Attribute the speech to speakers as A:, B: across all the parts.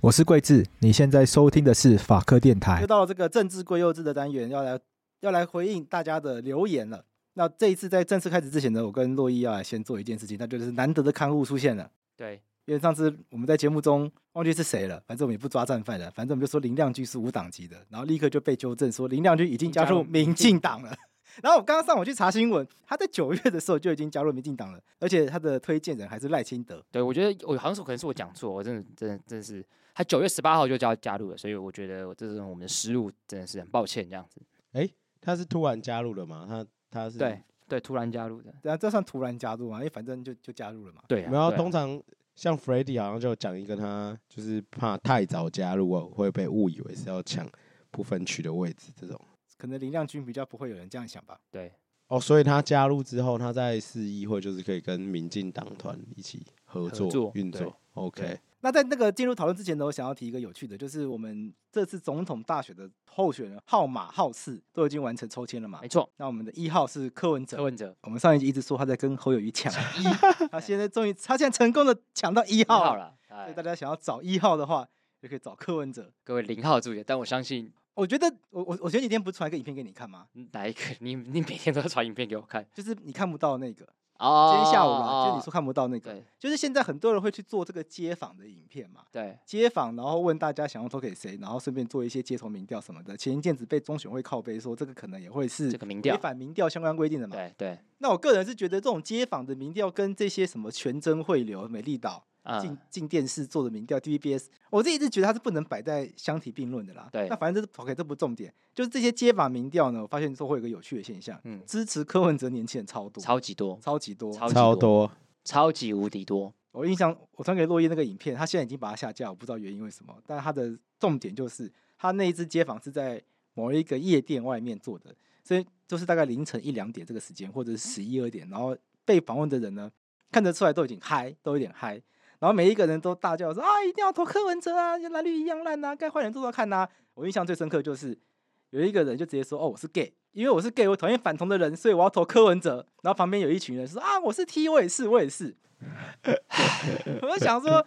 A: 我是桂智，你现在收听的是法科电台
B: 又。到了这个政治归幼稚的单元，要来要来回应大家的留言了。那这一次在正式开始之前呢，我跟洛伊要来先做一件事情，那就是难得的刊物出现了。
C: 对，
B: 因为上次我们在节目中忘记是谁了，反正我们也不抓战犯了，反正我们就说林亮君是无党籍的，然后立刻就被纠正说林亮君已经加入民进党了。然后我刚刚上网去查新闻，他在九月的时候就已经加入民进党了，而且他的推荐人还是赖清德。
C: 对我觉得我好像是可能是我讲错，我真的真的真的是他九月十八号就加加入了，所以我觉得我这是我们的失误，真的是很抱歉这样子。
D: 他是突然加入的嘛？他他是
C: 对，对，突然加入的，
B: 对啊，这算突然加入嘛？因为反正就就加入了嘛。
C: 对啊，
D: 没有
C: 对啊
D: 通常像 f r e d d y 好像就讲一个，他就是怕太早加入哦会被误以为是要抢不分区的位置这种
B: 可能林亮君比较不会有人这样想吧。
C: 对
D: 哦，所以他加入之后，他在市议会就是可以跟民进党团一起合
C: 合作
D: 作运
C: 对
D: 作。OK，
C: 对
B: 那在那个进入讨论之前呢，我想要提一个有趣的，就是我们这次总统大选的候选人号码号次都已经完成抽签了嘛
C: 没？错，
B: 那我们的一号是柯文
C: 哎柯
B: 哲，
C: 文哲
B: 我们上一集一直说他在跟侯友谊抢一，他现在终于他现在成功的抢到一
C: 一
B: 号
C: 号
B: 了。
C: 了，
B: 所
C: 哎
B: 以大家想要找一号的话，就可以找柯文哲。
C: 各位零号注意，但我相信
B: 我觉得我我我前几天不是传一个影片给你看吗？
C: 哪一个你你每天都要传影片给我看
B: 就是你看不到那个，今
C: 哦
B: 天下午啦，就你说
C: 哦
B: 看不到那个，
C: 对
B: 就是现在很多人会去做这个街访的影片嘛。
C: 对
B: 街访，然后问大家想要投给谁，然后顺便做一些街头民调什么的。前一阵子被中选会靠背说，这个可能也会是
C: 这个民
B: 违
C: 调，
B: 反民调相关规定的嘛。
C: 对对，
B: 那我个人是觉得这种街访的民调跟这些什么全真汇流、美丽岛、进
C: 嗯，
B: 进电视做的民调 TVBS，我自己一直觉得它是不能摆在相提并论的啦。
C: 对
B: 那反正这是 OK，这不重点，就是这些街访民调呢，我发现说会有一个有趣的现象，
C: 嗯
B: 支持柯文哲年轻人超多，
C: 超级多，
B: 超级多。
C: 超级
D: 超
C: 多，
D: 多
C: 超级无敌多，
B: 我印象，我传给洛伊那个影片，他现在已经把它下架，我不知道原因为什么。但他的重点就是，他那一支街访是在某一个夜店外面做的，所以就是大概凌晨一两点这个时间，或者是十一二点，然后被访问的人呢，看得出来都已经嗨，都有点嗨。然后每一个人都大叫说啊，一定要投柯文哲啊，蓝绿一样烂呐、该坏人做做看呐、我印象最深刻就是有一个人就直接说：“哦，我是 gay，因为我是 gay，我讨厌反同的人，所以我要投柯文哲。”然后旁边有一群人说：“啊，我是 T，我也是，我也是。”我就想 说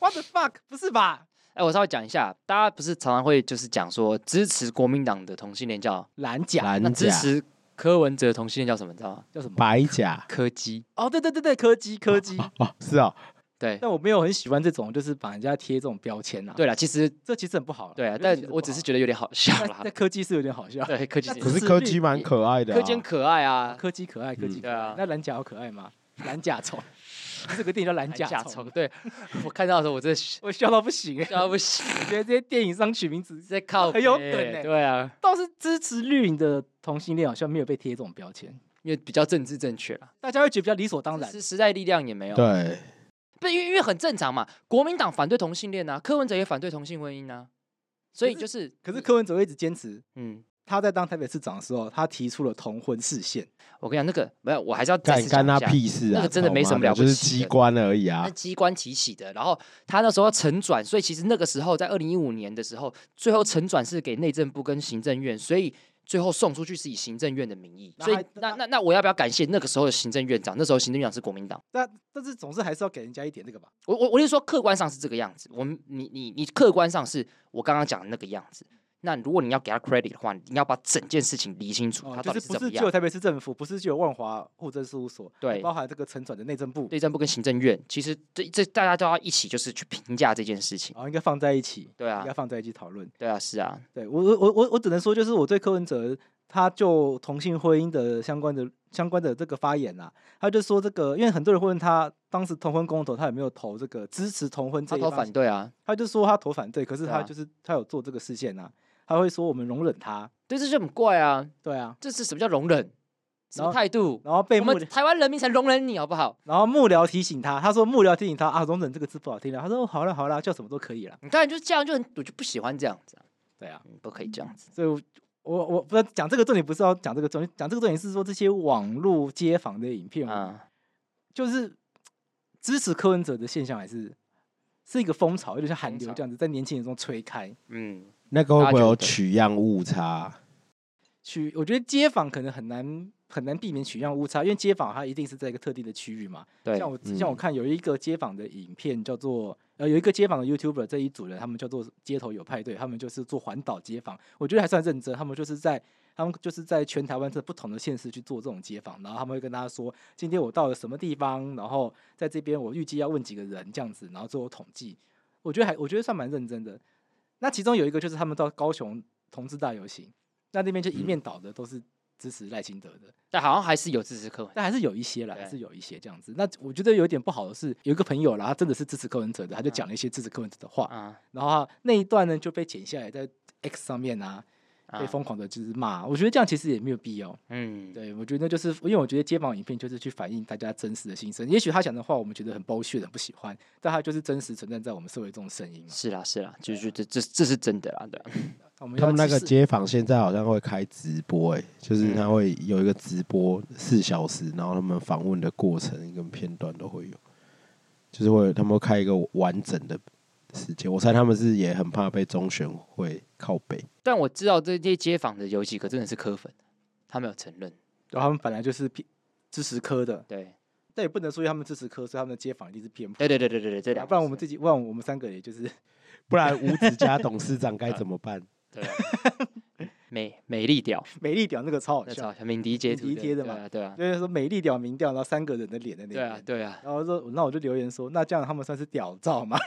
B: ，What the fuck？不是吧？
C: 哎，我稍微讲一下，大家不是常常会就是讲说支持国民党的同性恋叫
B: 蓝甲
D: 蓝
C: 那支
D: 甲、
C: 持柯文哲同性恋叫什么？你知道吗？
B: 叫什么？
D: 白甲
C: 柯基。
B: 哦，对对对对，柯基柯 基。
D: 哦，是哦，
C: 对
B: 但我没有很喜欢这种，就是把人家贴这种标签啊。，
C: 对了，其实
B: 这其实很不好啦。
C: 对啊，
B: 这
C: 但
B: 其实
C: 我
B: 不
C: 只是
B: 好
C: 觉得有点好笑
B: 啦
C: 啦
B: 但。柯基是有点好笑。
C: 对，柯基是
B: 那
D: 可是
B: 自
D: 柯
B: 律
D: 基蛮可爱的、啊，
C: 柯基很可爱啊，
B: 柯基可爱，柯基
D: 嗯
B: 可爱
C: 对啊
B: 那蓝甲有可爱吗？蓝甲 虫，这个电影叫《蓝
C: 蓝
B: 甲
C: 甲
B: 虫》
C: 虫。，对 我看到的时候，我真的笑
B: 我笑到不行、欸，
C: 到不行，
B: 我觉得这些电影上取名 字
C: 在靠
B: 很有
C: 北
B: 梗欸
C: 对啊，
B: 倒是支持绿营的同性恋好像没有被贴这种标签，
C: 因为比较政治正确啦，
B: 大家会觉得比较理所当然。
C: 是时代力量也没有，，
D: 对，
C: 不是因为因为很正常嘛。国民党反对同性恋啊，柯文哲也反对同性婚姻啊，所以就是
B: 可是
C: 你
B: 柯文哲会一直坚持，
C: 嗯。
B: 他在当台北市长的时候，他提出了同婚视线。
C: 我跟你讲，那个没有，我还是要再
D: 干
C: 次
D: 干
C: 讲一
D: 他
C: 下
D: 屁事啊！
C: 那个真的
D: 操
C: 没什
D: 妈
C: 么了不
D: 就是
C: 起
D: 机
C: 的
D: 关而已啊
C: 那。机关提起的，然后他那时候要承转，所以其实那个时候在二零一五年的时候，最后承转是给内政部跟行政院，所以最后送出去是以行政院的名义。
B: 那
C: 所以
B: 还
C: 那那那我要不要感谢那个时候的行政院长？那时候行政院长是国民党。
B: 但但是总是还是要给人家一点这个吧。
C: 我我我是说客观上是这个样子，我们你你你客观上是我刚刚讲的那个样子。那如果你要给他 credit 的话，你要把整件事情理清楚，
B: 哦
C: 他，到
B: 就
C: 底
B: 是
C: 是
B: 不
C: 怎么
B: 是只
C: 样
B: 有。台北市政府，不是只有万华户政事务所，还
C: 对
B: 包含这个承转的内政部，
C: 内政部跟行政院，其实这这大家都要一起，就是去评价这件事情。
B: 然后应该放在一起，
C: 对啊
B: 应该，放在一起讨论。
C: 对啊，是啊，
B: 对我我我我我只能说，就是我对柯文哲他就同性婚姻的相关的相关的这个发言啊，他就说这个，因为很多人会问他当时同婚公投他有没有投这个支持同婚这
C: 他
B: 一
C: 投
B: 方
C: 反，对啊，
B: 他就说他投反对，可是
C: 对
B: 他
C: 啊
B: 就是、他有做这个事件啊，他会说我们容忍他，
C: 对，这就很怪啊。
B: 对啊，
C: 这是什么叫容忍？什
B: 然
C: 么
B: 后
C: 态度？
B: 然后被
C: 我
B: 幕
C: 们台湾人民才容忍你好不好？
B: 然后幕僚提醒他，他说幕僚提醒他啊，容忍这个字不好听了，他说、哦好了好了，叫什么都可以了，
C: 你当然就是这样，就很我就不喜欢这样子、啊，
B: 对啊，
C: 嗯不可以这样子。
B: 所以我。我我不是讲这个重点，不是要讲这个重点，讲这个重点是说这些网络街访的影片，
C: 嗯，
B: 就是支持柯文哲的现象，还是是一个风潮，有点像韩
C: 风
B: 流
C: 潮
B: 这样子，在年轻人中吹开。
C: 嗯，
D: 那个会
C: 大家
D: 不会
C: 觉
D: 有
C: 得
D: 取样误差？
B: 取，我觉得街访可能很难很难避免取样误差，因为街访它一定是在一个特定的区域嘛。
C: 对
B: 像我、像我
D: 嗯
B: 看有一个街访的影片叫做呃，有一个街访的 YouTuber 这一组人，他们叫做街头有派对，他们就是做环岛街访，我觉得还算认真。他们就是在他们就是在全台湾这不同的县市去做这种街访，然后他们会跟大家说，今天我到了什么地方，然后在这边我预计要问几个人这样子，然后最后统计。我觉得还我觉得算蛮认真的。那其中有一个就是他们到高雄同志大游行，那那边就一面倒的都是支持赖清德的，
C: 但好像还是有支持柯文。
B: 但还是有一些啦，还
C: 对
B: 是有一些这样子。那我觉得有一点不好的是，有一个朋友啦，他真的是支持柯文哲的，
C: 嗯
B: 他就讲了一些支持柯文哲的话，
C: 啊，
B: 然后他那一段呢就被剪下来，在 X 上面啊
C: 啊
B: 被疯狂的就是骂。我觉得这样其实也没有必要。
C: 嗯，
B: 对，我觉得就是因为我觉得街访影片就是去反映大家真实的心声。也许他讲的话我们觉得很剥削、很不喜欢，但他就是真实存在在我们社会中的声音嘛。
C: 是啦是啦，就是这这这是真的啦，对啊，
B: 我们
D: 他
B: 要
D: 们那
B: 去
D: 个
B: 试
D: 街坊现在好像会开直播、哎，就是他会有一个直播四小时，然后他们访问的过程跟片段都会有，就是会他们会开一个完整的时间。我猜他们是也很怕被中选会靠北，
C: 但我知道这些街坊的有几个真的是柯粉，他们有承认，
B: 然后他们本来就是偏支持科的，
C: 对
B: 但也不能说他们支持科，所以他们的街访一定是偏颇。
C: 对对对对对对，啊这两
B: 不然我
C: 回
B: 们
C: 事
B: 自己，不然我们三个也就是
D: 不然吴子嘉董事长该怎么办？
C: 对啊美美丽屌，
B: 美丽屌那个超好
C: 那
B: 笑
C: 超，像敏迪截
B: 敏
C: 图
B: 迪贴的
C: 对
B: 嘛
C: 啊对啊
B: 就是说美丽屌民调，然后三个人的脸在那
C: 对啊
B: 边。
C: 对啊，
B: 然后说，那我就留言说，那这样他们算是屌照 吗？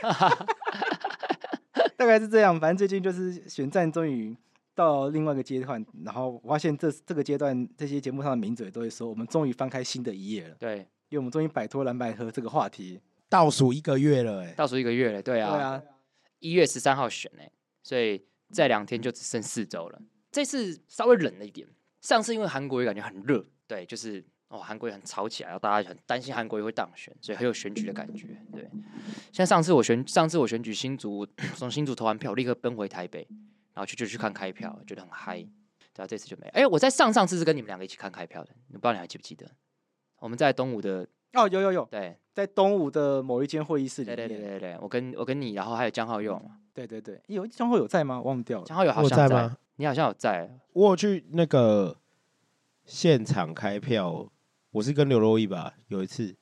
B: 大概是这样，反正最近就是选战终于到另外一个阶段，然后我发现这这个阶段这些节目上的名嘴都会说，我们终于翻开新的一页了，
C: 对，
B: 因为我们终于摆脱蓝白河这个话题。
D: 倒数一个月了、哎，
C: 倒数一个月了，欸对
B: 对
C: 啊，
B: 啊，
C: 一月十三号选哎、所以再两天就只剩四周了。这次稍微冷了一点，上次因为韩国瑜感觉很热，对，就是哦韩国瑜很吵起来，然后大家很担心韩国瑜会当选，所以很有选举的感觉。对，像上次我选上次我选举新竹，从新竹投完票，立刻奔回台北，然后去就去看开票，觉得很嗨。对啊，这次就没。哎、我在上上次是跟你们两个一起看开票的，你不知道你还记不记得？我们在东吴的，
B: 哦，有有有，
C: 对
B: 在东吴的某一间会议室里
C: 对
B: 面，
C: 对对对对，我跟我跟你，然后还有江浩佑嘛，
B: 对对对有江浩有在吗？忘掉了。
C: 江浩佑好
D: 我
C: 像
D: 在吗？
C: 你好像有在，啊
D: 我有去那个现场开票，我是跟刘若毅吧，有一次，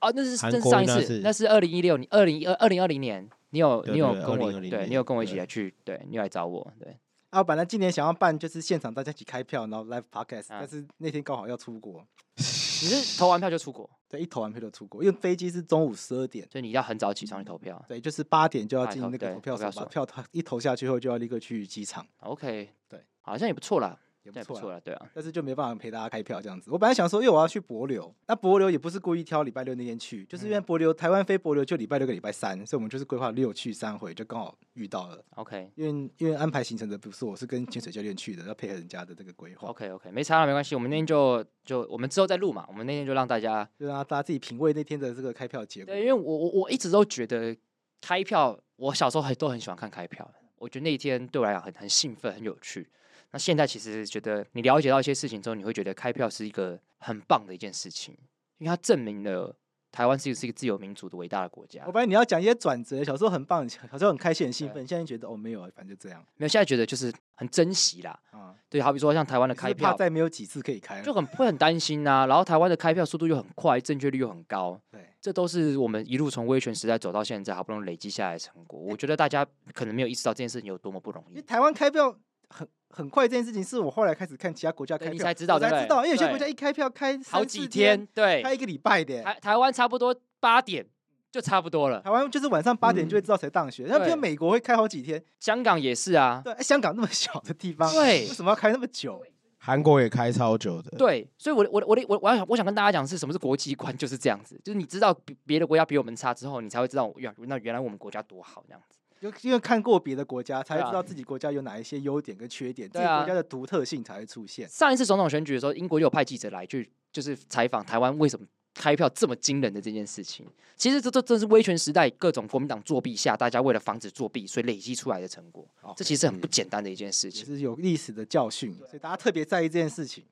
C: 哦，那是
D: 韩
C: 那是
D: 国
C: 上一
D: 那
C: 次
D: 次，
C: 那是二零一六年，二零二二零二零年，你有
D: 对
C: 你有
D: 对
C: 跟我
D: 2020
C: 对，
D: 年
C: 你有跟我一起
D: 对
C: 来去，对你有来找我，对
B: 啊，本来今年想要办就是现场大家一起开票，然后 live podcast，、
C: 啊
B: 但是那天刚好要出国，
C: 你是投完票就出国，
B: 对，一投完票就出国，因为飞机是中午十二点，
C: 所以你要很早起床去投票。
B: 对，就是八点就要
C: 啊
B: 进
C: 投
B: 那个
C: 对
B: 投票
C: 投票
B: 所，
C: 所
B: 把票投一投下去后就要立刻去机场，
C: OK，
B: 对，
C: 好像也不错啦，
B: 也
C: 这
B: 不
C: 样也不
B: 错
C: 错
B: 啦。
C: 啦，对啊，
B: 但是就没办法陪大家开票这样子。我本来想说，因为我要去博流，那博流也不是故意挑礼拜六那天去，就是因
C: 嗯
B: 为博流台湾飞博流就礼拜六跟礼拜三，所以我们就是规划六去三回，就刚好遇到了。
C: OK
B: 因为因为安排行程的不是我，是跟潜水教练去的，要配合人家的这个规划。
C: OK OK，没差了，没关系，我们那天就就我们之后再录嘛，我们那天就让大家，
B: 就让大家自己品味那天的这个开票结果
C: 对，。因为我我我一直都觉得开票，我小时候很都很喜欢看开票，我觉得那一天对我来讲很很兴奋，很有趣。那现在其实觉得你了解到一些事情之后，你会觉得开票是一个很棒的一件事情，因为它证明了台湾是一个是一个自由民主的伟大的国家
B: 我。发现你要讲一些转折，小时候很棒，小时候很开心、很兴
C: 对
B: 奋，现在觉得哦没有，啊，反正就这样
C: 没有，现在觉得就是很珍惜啦。
B: 啊。
C: 对，好比说像台湾的
B: 你是不
C: 开
B: 是怕
C: 票，
B: 再没有几次可以开了，
C: 就很会很担心呐、然后台湾的开票速度又很快，正确率又很高，
B: 对，
C: 这都是我们一路从威权时代走到现在好不容易累积下来的成果。我觉得大家可能没有意识到这件事情有多么不容
B: 因为
C: 易。
B: 台湾开票很很快，这件事情是我后来开始看其他国家
C: 对
B: 开
C: 你
B: 票
C: 才知道
B: 我
C: 对不
B: 才
C: 对
B: 知道，因为有些
C: 对
B: 国家一开票开
C: 好
B: 三
C: 几
B: 四
C: 天，，对，
B: 开一个礼拜的欸。
C: 台台湾差不多八点就差不多了
B: 台，湾就是晚上八点就会知道谁当选，然后
C: 嗯对
B: 偏美国会开好几天。
C: 香港也是啊，
B: 对，哎香港那么 小的地方，
C: 对
B: 为什么要开那么久？
D: 韩国也开超久的，
C: 对，啊所以我的我的我的我我要想我想跟大家讲是什么是国际观，就是这样子，就是你知道别别的国家比我们差之后，你才会知道原那原来我们国家多好这样子。
B: 就因为看过别的国家，才
C: 对
B: 会
C: 啊
B: 知道自己国家有哪一些优点跟缺点，自
C: 对
B: 己
C: 啊
B: 国家的独特性才会出现。
C: 上一次总统选举的时候，英国就有派记者来去就是采访台湾为什么。开票这么惊人的这件事情，其实这这这是威权时代各种国民党作弊下，大家为了防止作弊，所以累积出来的成果。
B: 哦
C: 这其实很不简单的一件事
B: 也
C: 情。
B: 是有历史的教训，所以大家特别在意这件事情。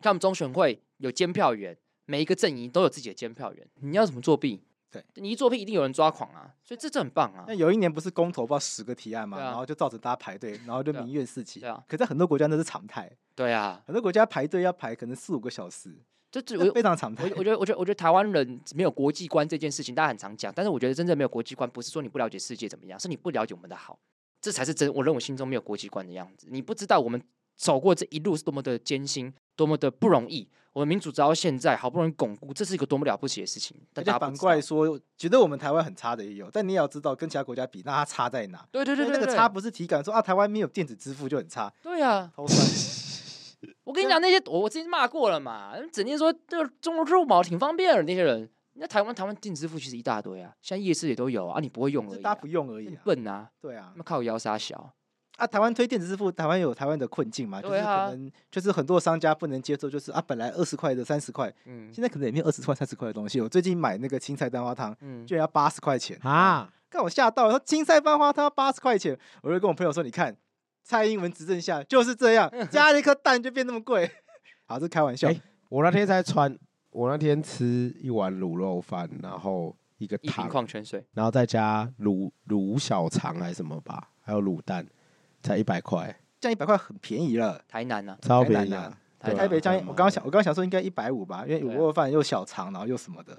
C: 像我们中选会有监票员，每一个阵营都有自己的监票员。你要怎么作弊？
B: 对，
C: 你一作弊一定有人抓狂啊，所以这这很棒啊
B: 那。有一年不是公投，不知道十个提案嘛，
C: 对啊
B: 然后就造成大家排 队，然后就
C: 对啊
B: 民怨四起
C: 对啊。
B: 可在很多国家那是常态，
C: 对啊，
B: 很多国家排队要排可能四五个小时，
C: 这这
B: 这
C: 我
B: 非常常态
C: 我。 我觉得，我觉得，我觉得台湾人没有国际观这件事情，大家很常讲，但是我觉得真正没有国际观，不是说你不了解世界怎么样，是你不了解我们的好，这才是真。我认为心中没有国际观的样子，你不知道我们走过这一路是多么的艰辛，多么的不容易。我们民主直到现在好不容易巩固，这是一个多么了不起的事情。但
B: 而
C: 大
B: 且
C: 家不
B: 反
C: 知
B: 过来
C: 道，
B: 说，觉得我们台湾很差的也有，但你也要知道跟其他国家比，那它差在哪？
C: 对对对
B: 因为那
C: 对，
B: 个
C: 对
B: 差，不是体感说啊，台湾没有电子支付就很 差，
C: 对啊，
B: 偷酸。
C: 我跟你讲，那些我我之前骂过了嘛，整天说这个中国入毛挺方便的那些人，那台湾台湾电子支付其实一大堆啊，现在夜市也都有啊，啊你不会用
B: 就
C: 而
B: 是
C: 已、
B: 大
C: 啊
B: 家，不用而已、
C: 你
B: 啊。
C: 笨啊，
B: 对啊
C: 那，么靠腰杀小。
B: 啊，台湾推电子支付，台湾有台湾的困境嘛，就是
C: 对啊
B: 可能就是很多商家不能接受，就是啊，本来二十块的三十块，
C: 嗯
B: 现在可能也没有二十块三十块的东西。我最近买那个青菜蛋花汤，
C: 嗯
B: 居然要八十块钱，
D: 啊，
B: 看我吓到了，说青菜蛋花汤八十块钱，我就跟我朋友说，你看蔡英文执政下就是这样，
C: 嗯
B: 加了一颗蛋就变那么贵。 好，这开玩笑，
D: 哎我那天才穿，我那天吃一碗卤肉饭，然后一个
C: 一瓶
D: 汤，
C: 矿泉水，
D: 然后再加卤卤小肠还是什么吧，还有卤蛋，才一百块，
B: 降一百块很便宜了。
C: 台南啊，
D: 超
B: 台南
D: 便宜
B: 啊
D: 啊！
C: 台
D: 对啊
B: 台北
D: 还
B: 将
D: 蛮
B: 我刚刚想，我刚刚想说应该一百五吧，因为卤
C: 对啊
B: 肉饭又小肠，然后又什么的，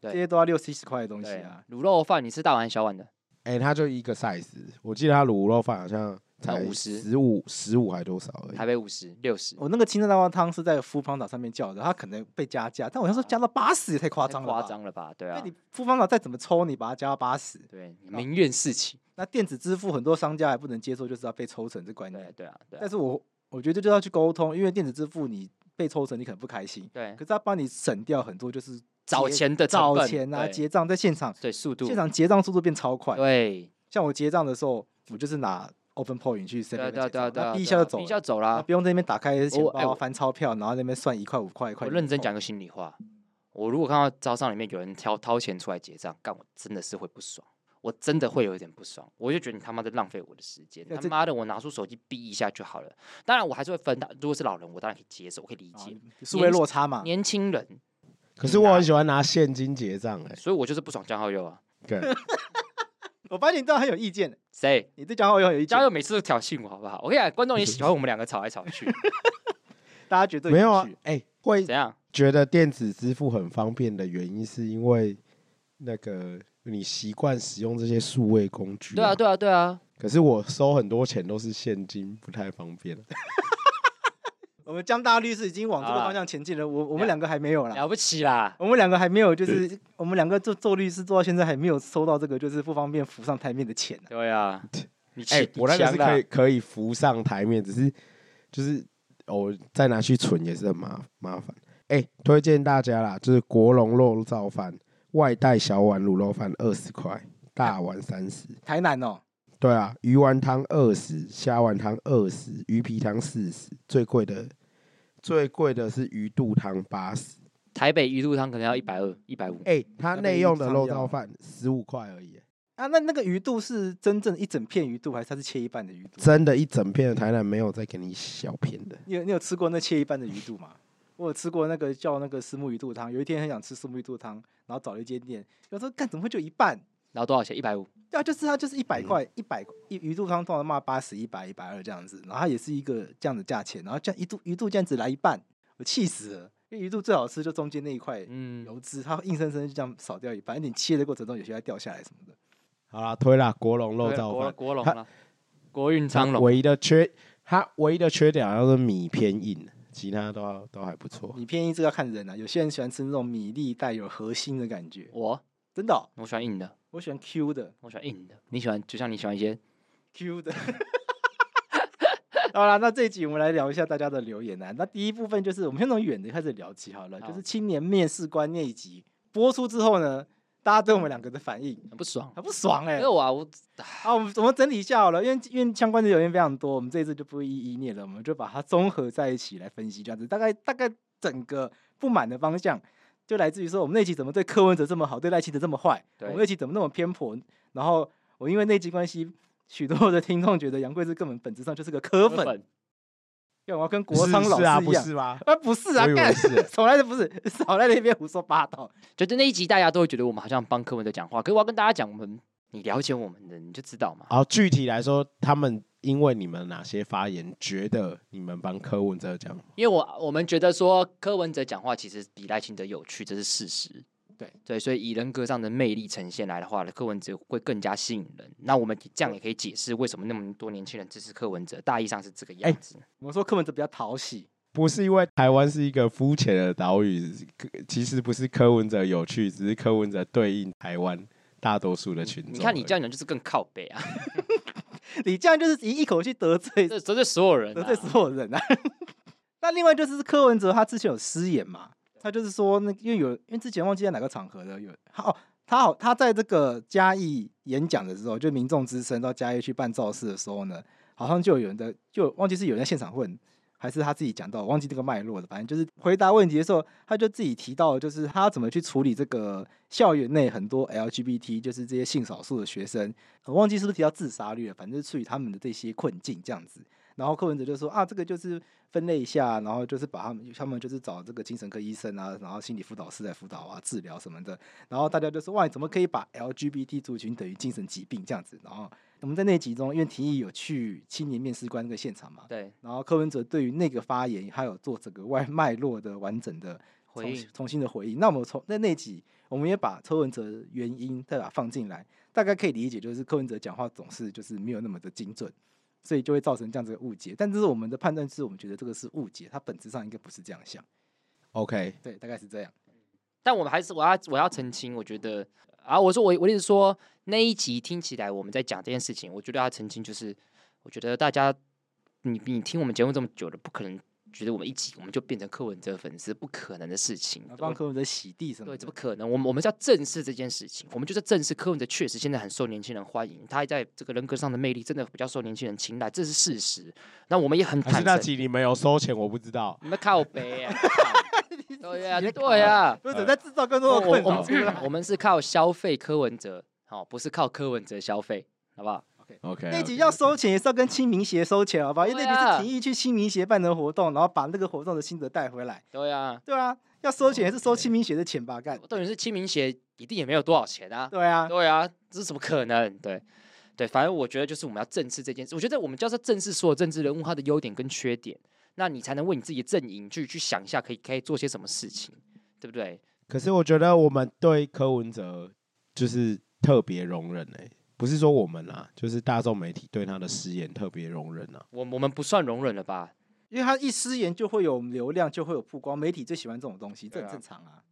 C: 对
B: 这些都要六七十块的东西
C: 对
B: 啊。，
C: 卤肉饭你吃大碗还是小碗的？
D: 哎、它就一个 size，我记得它卤肉饭好像才
C: 50
D: 十五十五还多少
B: 哎
D: 而已
C: 台。北五十六十，
B: 我那个清蒸蛋花汤是在富邦岛上面叫的，它可能被加价，但我要说加到八十也太夸
C: 啊太
B: 张了吧，
C: 夸张了吧？对啊
B: 因为，你富邦岛再怎么抽，你把它加到八十，
C: 对，民怨四起，
B: 那电子支付很多商家还不能接受，就是要被抽成这观
C: 对
B: 念。
C: 对啊，对啊
B: 但是我我觉得就要去沟通，因为电子支付你被抽成，你可能不开心，
C: 对
B: 可，是它帮你省掉很多就是
C: 找
B: 结
C: 钱的成
B: 找
C: 本
B: 钱啊，
C: 对
B: 结账在现场，
C: 对速度
B: 现，场结账速度变超快，
C: 对
B: 像我结账的时候，我就是拿 Open Point 去 s e v e
C: 对啊对啊对啊对啊，
B: 那 B
C: 对
B: 一下就
C: 啊
B: 走
C: 比
B: 了，
C: 较走
B: 那
C: 啦。
B: 不用在那边打开钱
C: 我哎
B: 包啊
C: 我
B: 翻钞票，然后在那边算一块五块一块。
C: 我认真讲，个心里话，我如果看到招商里面有人挑掏钱出来结账，干我真的是会不爽。我真的会有一点不爽，我就觉得你他妈的浪费我的时间，
B: 那
C: 他
B: 这
C: 妈的我拿出手机逼一下就好了。当然我还是会分的，如果是老人，我当然可以接受，我可以理
D: 哦
B: 啊
C: 解。
B: 数位落差嘛，
C: 年轻人，
D: 可是我很喜欢拿现金结账、哎
C: 所以我就是不爽江浩佑啊。
D: 对，
B: 我发现你对他很有意见，
C: 谁？
B: 你对蒋浩友有意见
C: 江，佑每次都挑衅我，好不好？我跟你讲，观众也喜欢我们两个吵来吵去，
B: 大家绝对
D: 没有啊
B: 趣，
D: 哎、会
C: 怎样？
D: 觉得电子支付很方便的原因，是因为那个你习惯使用这些数位工具、
C: 对啊，。对啊，对啊，
D: 可是我收很多钱都是现金，不太方便。
B: 我们江大律师已经往这
C: 好
B: 个
C: 啦
B: 方向前进了，我我
C: 了
B: 们两个还没有啦。
C: 了不起啦！
B: 我们两个还没有，就是我们两个做做律师做到现在还没有收到这个就是不方便浮上台面的钱呢、
C: 对啊， 你
D: 哎、
C: 气，
D: 我那个是可以
C: 以，
D: 可以浮上台面，只是就是我、哦、再拿去存也是很麻麻烦。哎、推荐大家啦，就是国龙肉燥饭，外带小碗卤肉饭二十块，大碗三十。
B: 台南哦，
D: 对啊，鱼丸汤二十，虾丸汤二十，鱼皮汤四十，最贵的最贵的是鱼肚汤八十。
C: 台北鱼肚汤可能要一百二、一百五，
D: 哎，它
B: 那
D: 内
B: 边
D: 用
B: 鱼
D: 的
B: 汤
D: 肉
B: 要
D: 燥饭十五块而已、
B: 啊，那那个鱼肚是真正一整片鱼肚，还是它是切一半的鱼肚？
D: 真的，一整片的台南没有再给你小片的。
B: 你有你有吃过那切一半的鱼肚吗？我有吃过那个叫那个虱目鱼肚汤，有一天很想吃虱目鱼肚汤，然后找了一间店，有时候干怎么会就一半？
C: 然后多少钱？一百五，
B: 对啊，就是它就是一百块，一百一鱼肚汤通常卖八十、一百、一百二这样子，然后它也是一个这样的价钱，然后这样一肚鱼肚这样子来一半，我气死了，因为鱼肚最好吃就中间那一块
C: 嗯，
B: 油脂，它硬生生就这样少掉一半，而且你切的过程中有些还掉下来什么的。
D: 好啦，推啦，国龙肉
C: 对
D: 燥
C: 国
D: 饭，
C: 国龙
D: 它
C: 了，国运昌隆，
D: 唯一的缺，它唯一的缺点好像是米偏硬，其他都都还不错。
B: 你偏一这个要看人啊，有些人喜欢吃那种米粒带有核心的感觉，
C: 我
B: 真的哦、
C: 我喜欢硬的，
B: 我喜欢 Q 的。
C: 我喜欢硬的，你喜欢就像你喜欢一些
B: Q 的。 好啦，那这一集我们来聊一下大家的留言啊。那第一部分就是我们先从远的开始聊起好了，就
C: 好
B: 是青年面试官那一集播出之后呢，大家对我们两个的反应
C: 很不爽，
B: 很不爽哎、
C: 没有啊，我
B: 啊，我们我们整理一下好了，因为因为相关的留言非常多，我们这一次就不一一念了，我们就把它综合在一起来分析，这样子大概大概整个不满的方向就来自于说我们那集怎么对柯文哲这么好，对赖清德这么坏，我
C: 对
B: 们那集怎么那么偏颇，然后我因为那集关系，许多的听众觉得杨贵志根本本质上就是个柯粉，
C: 粉
B: 要我要跟
D: 不
B: 国
D: 是
B: 昌老
D: 是啊，
B: 师一
D: 不
B: 样。
D: 是吗？
B: 啊，不是啊，
D: 我以为
B: 干
D: 是欸，
B: 少来的不是，少来那边胡说八道。
C: 就是那一集大家都会觉得我们好像帮柯文哲讲话，可是我要跟大家讲，我们你了解我们的你就知道嘛，
D: 哦好，具体来说，他们因为你们哪些发言，觉得你们帮柯文哲讲
C: 因为我我们觉得说柯文哲讲话其实比赖清德有趣，这是事实。
B: 对
C: 对，所以以人格上的魅力呈现来的话，柯文哲会更加吸引人。那我们这样也可以解释为什么那么多年轻人支持柯文哲，大意上是这个
D: 哎
C: 样子。
B: 我们说柯文哲比较讨喜，
D: 不是因为台湾是一个肤浅的岛屿，柯其实不是柯文哲有趣，只是柯文哲对应台湾大多数的群众而已。
C: 你看你这样讲就是更靠北啊，
B: 你这样就是一一口气得罪
C: 这得罪所有人、
B: 得
C: 啊，
B: 罪所有人啊。 那另外就是柯文哲他之前有失言嘛，他就是说那因为有因为之前忘记在哪个场合了，有他哦他好他在这个嘉义演讲的时候，就民众之声到嘉义去办造势的时候呢，好像就有人的就忘记是有人在现场问。还是他自己讲到，我忘记这个脉络了。反正就是回答问题的时候，他就自己提到，就是他要怎么去处理这个校园内很多 LGBT，就是这些性少数的学生，我忘记是不是提到自杀率了，反正就是处于他们的这些困境这样子。然后柯文哲就说啊，这个就是分类一下，然后就是把他们，他们就是找这个精神科医生啊，然后心理辅导师来辅导啊、治疗什么的。然后大家就说哇，你怎么可以把 LGBT 族群等于精神疾病这样子？然后我们在那集中，因为提议有去青年面试官那个现场嘛，
C: 对
B: 然后柯文哲对于那个发言，他有做整个外脉络的完整的
C: 回
B: 重
C: 应
B: 新重新的回应。那我们从那那集，我们也把柯文哲的原因再把它放进来，大概可以理解，就是柯文哲讲话总是就是没有那么的精准，所以就会造成这样子的误解。但这是我们的判断，是我们觉得这个是误解，他本质上应该不是这样想。
D: OK，
B: 对，大概是这样。
C: 但我们还是我要我要澄清，我觉得啊，我说我我的意思说那一集听起来我们在讲这件事情，我觉得要澄清就是，我觉得大家你你听我们节目这么久了，不可能觉得我们一集我们就变成柯文哲粉丝，不可能的事情。
B: 然后
C: 我
B: 啊帮柯文哲洗地什么
C: 对，
B: 的？
C: 怎么可能？我们我们是要正视这件事情，我们就是正视柯文哲确实现在很受年轻人欢迎，他在这个人格上的魅力真的比较受年轻人青睐，这是事实。那我们也很
D: 还是
C: 坦
D: 那
C: 诚，
D: 集你们有收钱，我不知道。
C: 你们靠 北啊，对呀、
B: 你
C: 对啊呀、
B: 不是只在制造更多
C: 我
B: 的
C: 我
B: 困
C: 我
B: 扰。
C: 们我们是靠消费柯文哲，好、不是靠柯文哲消费，好不好？
D: OK，
B: 那集要收钱也是要跟清明协收钱，好不好？因为
C: 对
B: 那集
C: 啊
B: 是提议去清明协办的活动，然后把那个活动的心得带回来。
C: 对啊，
B: 对啊，要收钱也是收清明节的钱吧？干，
C: 重点是清明节一定也没有多少钱啊，
B: 对啊，
C: 对啊，这是怎么可能？对，对，反正我觉得就是我们要正视这件事。我觉得我们就是要正视所有政治人物他的优点跟缺点，那你才能为你自己的阵营去去想一下，可以可以做些什么事情，对不对？
D: 可是我觉得我们对柯文哲就是特别容忍诶、不是说我们啦，就是大众媒体对他的失言特别容忍啊。
C: 我我们不算容忍了吧？
B: 因为他一失言就会有流量，就会有曝光，媒体最喜欢这种东西，这
C: 对啊
B: 很正常啊。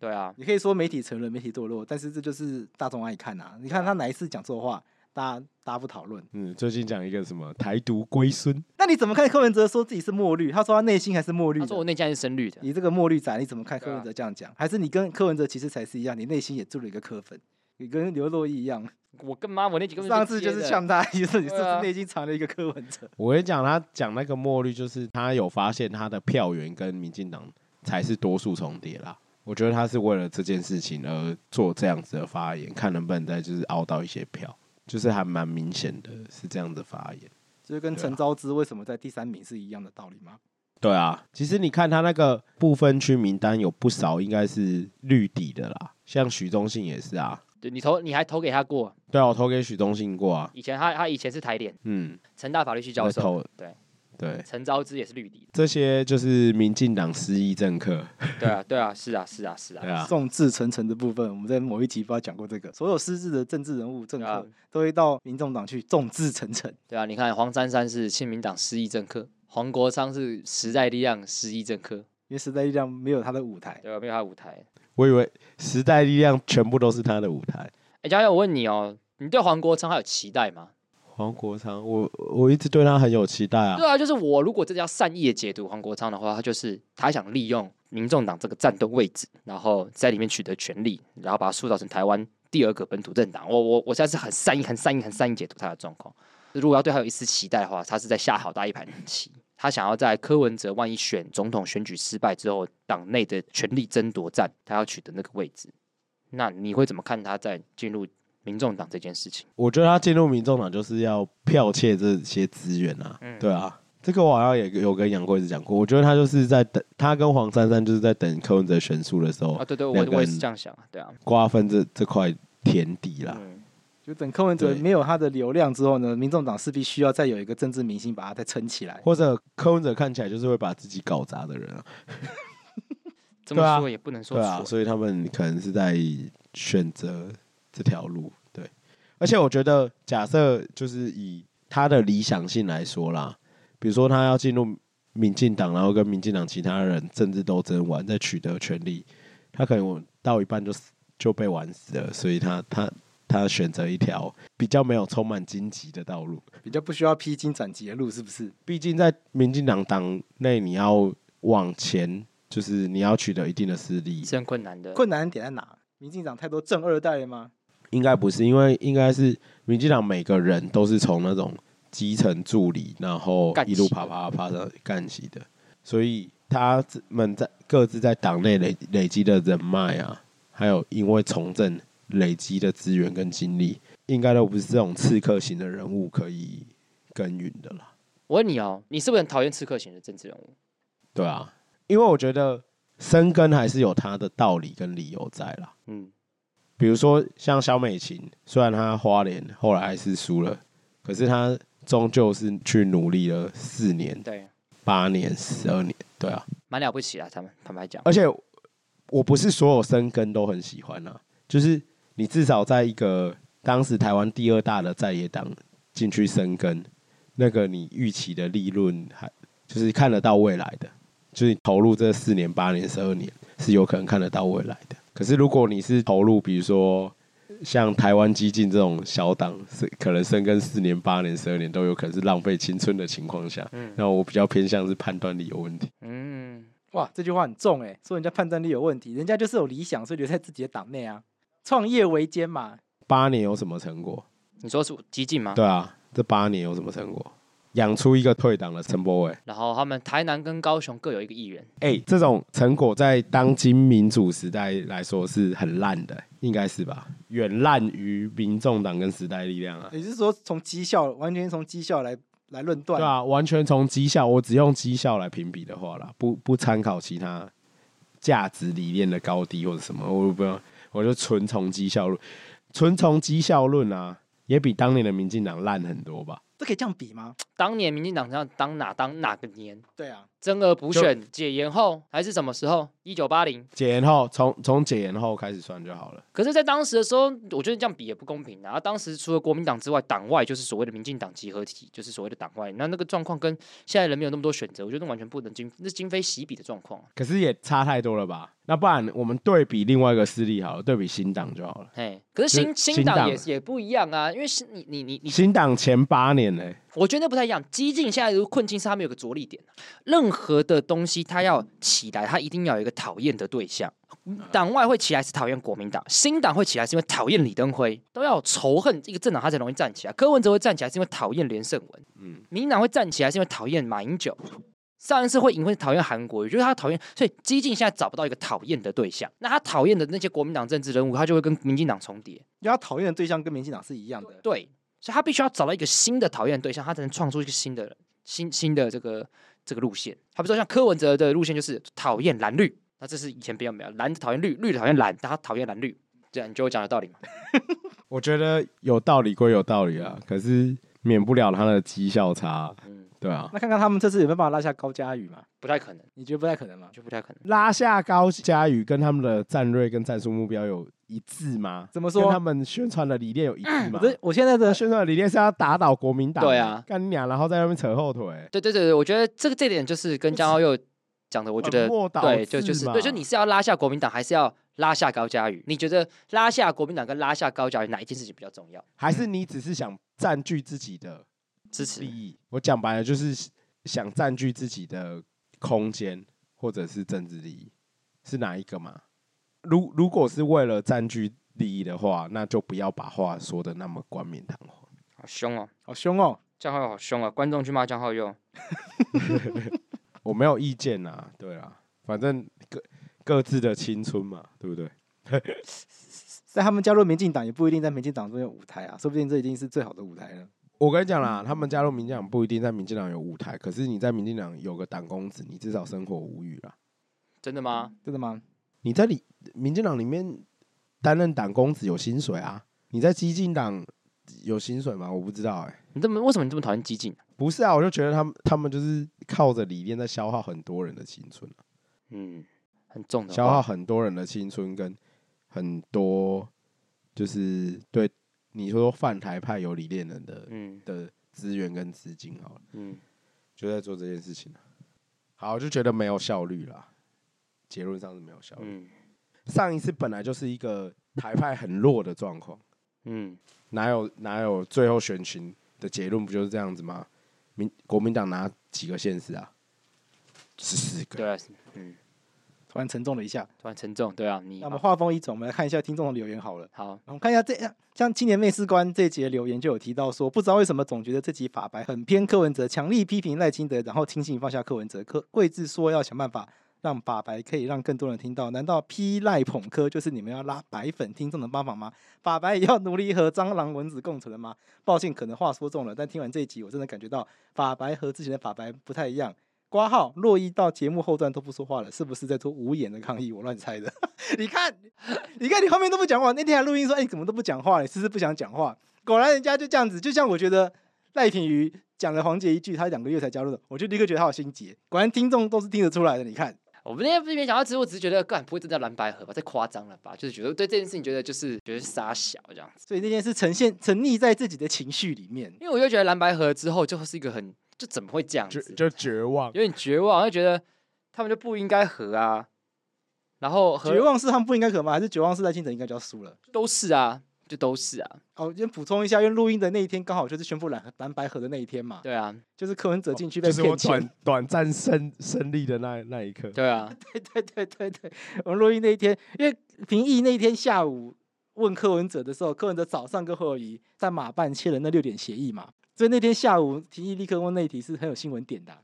C: 对啊，
B: 你可以说媒体沉沦，媒体堕落，但是这就是大众爱看啊。你看他哪一次讲错话，大家大家不讨论。
D: 嗯，最近讲一个什么台独龟孙，
B: 那你怎么看柯文哲说自己是墨绿？他说他内心还是墨绿
C: 他说我
B: 的。嗯
C: 内奸是深绿的，
B: 你这个墨绿仔，你怎么看
C: 对
B: 柯文
C: 啊
B: 哲这样讲？还是你跟柯文哲其实才是一样，你内心也做了一个柯粉，你跟刘若英一样，
C: 我跟妈我那几个
B: 上次就是呛他， 就是你是不
C: 对
B: 是
C: 啊
B: 内心藏了一个柯文哲？
D: 我跟你讲，他讲那个墨绿，就是他有发现他的票源跟民进党才是多数重叠啦。我觉得他是为了这件事情而做这样子的发言，看能不能再就是凹到一些票，就是还蛮明显的是这样的发言。
B: 就是跟
D: 对啊
B: 陈昭之为什么在第三名是一样的道理吗？
D: 对啊，其实你看他那个不分区名单有不少应该是绿底的啦，像许忠信也是啊。
C: 对你投你还投给他过，
D: 对啊，我投给许忠信过啊。
C: 以前他他以前是台联
D: 嗯，
C: 成大法律系教
D: 我
C: 授，
D: 投
C: 对
D: 对，
C: 陈昭之也是绿底
D: 这些就是民进党失意政客。
C: 的，对啊对啊是啊是啊是
D: 对
C: 啊，
D: 啊，
B: 众志成城的部分，我们在某一集不知道讲过这个，所有失智的政治人物、政
C: 对啊
B: 客都会到民众党去众志成城。
C: 对啊，你看黄珊珊是亲民党失意政客，黄国昌是时代力量失意政客，
B: 因为时代力量没有他的舞台，
C: 对啊吧、没有他的舞台。
D: 我以为时代力量全部都是他的舞台。
C: 哎、嘉佑，我问你哦，你对黄国昌还有期待吗？
D: 黄国昌，我我一直对他很有期待啊
C: 对。啊，就是我如果真的要善意的解读黄国昌的话，他就是他想利用民众党这个战斗位置，然后在里面取得权利，然后把它塑造成台湾第二个本土政党。我我我现在是很善意、很善意、很善意解读他的状况。如果要对他有一丝期待的话，他是在下好大一盘棋。他想要在柯文哲万一选总统选举失败之后，党内的权力争夺战，他要取得那个位置。那你会怎么看他在进入民众党这件事情？
D: 我觉得他进入民众党就是要剽窃这些资源啊。
C: 嗯
D: 对啊，这个我好像也有跟杨贵子讲过。我觉得他就是在等他跟黄珊珊就是在等柯文哲悬殊的时候
C: 啊，对对，我
D: 两个
C: 我也
D: 人
C: 是这样想啊，对啊，
D: 瓜分这这块田地啦。
C: 嗯，
B: 就等柯文哲
D: 对
B: 没有他的流量之后呢，民众党势必需要再有一个政治明星把他再撑起来。
D: 或者柯文哲看起来就是会把自己搞砸的人啊，
C: 这
D: 对啊
C: 么说也不能说
D: 对啊，
C: 错，
D: 所以他们可能是在选择这条路，对。而且我觉得，假设就是以他的理想性来说啦，比如说他要进入民进党，然后跟民进党其他人政治斗争完，再取得权利，他可能到一半就死就被玩死了，所以他他他选择一条比较没有充满荆棘的道路。
B: 比较不需要披荆斩棘的路，是不是？
D: 毕竟在民进党党内，你要往前，就是你要取得一定的势力，
C: 是很困难的。
B: 困难点在哪？民进党太多正二代了吗？
D: 应该不是，因为应该是民进党每个人都是从那种基层助理，然后
C: 干起
D: 一路爬爬爬上干起的，所以他们在各自在党内累累积的人脉啊，还有因为从政累积的资源跟经历，应该都不是这种刺客型的人物可以耕耘的啦。
C: 我问你哦，你是不是很讨厌刺客型的政治人物？
D: 对啊，因为我觉得深耕还是有他的道理跟理由在啦。
C: 嗯，
D: 比如说像萧美琴，虽然她花莲后来还是输了，可是她终究是去努力了四年、
C: 对，
D: 八年、十二年，对啊。
C: 蛮了不起啦，他们坦白讲，
D: 而且我不是所有生根都很喜欢啊，就是你至少在一个当时台湾第二大的在野党进去生根，那个你预期的利润还就是看得到未来的，就是你投入这四年、八年、十二年是有可能看得到未来的。可是如果你是投入，比如说像台湾激进这种小党，是可能生根四年、八年、十二年都有可能是浪费青春的情况下，
C: 嗯
D: 那我比较偏向是判断力有问题。
C: 嗯，
B: 哇，这句话很重哎、说人家判断力有问题，人家就是有理想，所以留在自己的党内啊。创业维艰嘛，
D: 八年有什么成果？
C: 你说是激进吗？
D: 对啊，这八年有什么成果？养出一个退党的陈柏伟，
C: 然后他们台南跟高雄各有一个议员，
D: 哎、这种成果在当今民主时代来说是很烂的，应该是吧？远烂于民众党跟时代力量啊。
B: 也就是说从绩效完全从绩效来来论断。
D: 对啊，完全从绩效，我只用绩效来评比的话啦，不不参考其他价值理念的高低或者什么，我不用，我就纯从绩效论，纯从绩效论啊，也比当年的民进党烂很多吧？
B: 这可以这样比吗？
C: 当年民进党要当哪当哪个年？
B: 对啊，
C: 增额补
D: 就
C: 选解严后还是什么时候？一九八零。
D: 解严后，从从解严后开始算就好了。
C: 可是，在当时的时候，我觉得这样比也不公平啊。当时除了国民党之外，党外就是所谓的民进党集合体，就是所谓的党外。那那个状况跟现在人没有那么多选择，我觉得那完全不能经那是今非昔比的状况啊。
D: 可是也差太多了吧？那不然我们对比另外一个势力好了，对比新党就好了。
C: 哎，可是
D: 就
C: 新
D: 新
C: 新党
D: 党
C: 也也不一样啊，因为新你你你你
D: 新党前八年呢、
C: 我觉得不太一样。激进现在的困境是他们有个着力点，啊任何的东西它要起来，它一定要有一个讨厌的对象。党外会起来是讨厌国民党，新党会起来是因为讨厌李登辉，都要有仇恨一个政党，他才容易站起来。柯文哲会站起来是因为讨厌连胜文，嗯
D: 嗯，
C: 民进党会站起来是因为讨厌马英九。上一次会赢会讨厌韩国瑜，就是他讨厌，所以激进现在找不到一个讨厌的对象。那他讨厌的那些国民党政治人物，他就会跟民进党重叠。
B: 因为他讨厌的对象跟民进党是一样的。
C: 对，所以他必须要找到一个新的讨厌对象，他才能创出一个新的人新新的这个这个路线。好比说像柯文哲的路线就是讨厌蓝绿，那这是以前比较没有蓝的讨厌绿，绿的讨厌蓝，但他讨厌蓝绿，这样你觉得我讲的道理吗？
D: 我觉得有道理归有道理啊，可是免不了他的绩效差，
C: 嗯，
D: 对啊。
B: 那看看他们这次有没有办法拉下高嘉瑜嘛？
C: 不太可能，
B: 你觉得不太可能嘛
C: 我？觉得不太可能。
D: 拉下高嘉宇跟他们的战略跟战术目标有一致吗？
B: 怎么说
D: 跟他们哎宣传的理念有一致吗
B: 我？这我现在
D: 那
B: 的
D: 宣传的理念是要打倒国民
C: 嗯
D: 党，
C: 对啊
D: 干你娘，然后在那边扯后腿、
C: 对对对对，我觉得这个这点就是跟江浩佑讲的，我觉得
D: 本末倒
C: 对，就就是
D: 置嘛
C: 对，就你是要拉下国民党，还是要拉下高嘉瑜？你觉得拉下国民党跟拉下高嘉瑜哪一件事情比较重要？
D: 还是你只是想占据自己的
C: 支持
D: 利益。我讲白了就是想占据自己的空间或者是政治利益，是哪一个嘛？如如果是为了占据利益的话，那就不要把话说的那么冠冕堂皇。
C: 好凶哦，
B: 好凶哦！
C: 江浩佑好凶啊！观众去骂江浩佑，
D: 我没有意见呐，对啊，反正各各自的青春嘛，对不对？
B: 在他们加入民进党，也不一定在民进党中有舞台啊，说不定这已经是最好的舞台了。
D: 我跟你讲啦，他们加入民进党不一定在民进党有舞台，可是你在民进党有个党公子，你至少生活无虞啦。
C: 真的
D: 嗯
C: 吗？
B: 真的吗？
D: 你在里民进党里面担任党公子有薪水啊，你在激进党有薪水吗？我不知道哎、
C: 你这么为什么你这么讨厌激进、啊？
D: 不是啊，我就觉得他们他们就是靠着理念在消耗很多人的青春、啊，
C: 嗯，很重的
D: 消
C: 话，
D: 耗很多人的青春跟很多就是对你说泛台派有理念人的
C: 嗯
D: 的资源跟资金好了，
C: 嗯，
D: 就在做这件事情、啊、好，我就觉得没有效率啦，结论上是没有效率。
C: 嗯
D: 上一次本来就是一个台派很弱的状况，
C: 嗯
D: 哪有哪有最后选情的结论不就是这样子吗？民国民党拿几个县市啊？十四个。
C: 对啊，嗯，
B: 突然沉重了一下。
C: 突然沉重，对啊，你
B: 那我们话锋一转，我们来看一下听众的留言好了。
C: 好，
B: 我们看一下这像青年面试官这节留言就有提到说，不知道为什么总觉得这集法白很偏柯文哲，强力批评赖清德，然后轻信放下柯文哲。柯贵志说要想办法让法白可以让更多人听到，难道批赖捧柯就是你们要拉白粉听众的帮忙吗？法白也要努力和蟑螂蚊子共存了吗？抱歉，可能话说重了，但听完这一集，我真的感觉到法白和之前的法白不太一样。挂号洛伊到节目后段都不说话了，是不是在做无言的抗议？我乱猜的。 你看，你看你后面都不讲话，那天还录音说，哎、你怎么都不讲话？你是不是不想讲话？果然人家就这样子，就像我觉得赖品瑜讲了黄杰一句，他两个月才加入的，我就立刻觉得他有心结。果然听众都是听得出来的，你看，
C: 我们那天没想到，只是我只是觉得，干不会真的蓝白河吧？太夸张了吧？就是觉得对这件事情，觉得就是觉得傻小这样子。
B: 所以那件事呈现沉溺在自己的情绪里面。
C: 因为我就觉得蓝白河之后就是一个很，就怎么会这样
D: 就
C: 子？
D: 就绝望，
C: 有点绝望，就觉得他们就不应该和啊。然后和
B: 绝望是他们不应该可吗？还是绝望是赖清德应该就要输了？
C: 都是啊，就都是啊，
B: 哦，先补充一下，因为录音的那一天刚好就是宣布蓝蓝白合的那一天嘛，
C: 对啊，
B: 就是柯文哲进去被
D: 哦就是我
B: 骗钱。
D: 短短暂胜胜利的那那一刻。
C: 对啊，
B: 对对对对，我们录音那一天，因为平易那一天下午问柯文哲的时候，柯文哲早上跟侯友谊在马办签了那六点协议嘛，所以那天下午平易立刻问那一题是很有新闻点的啊、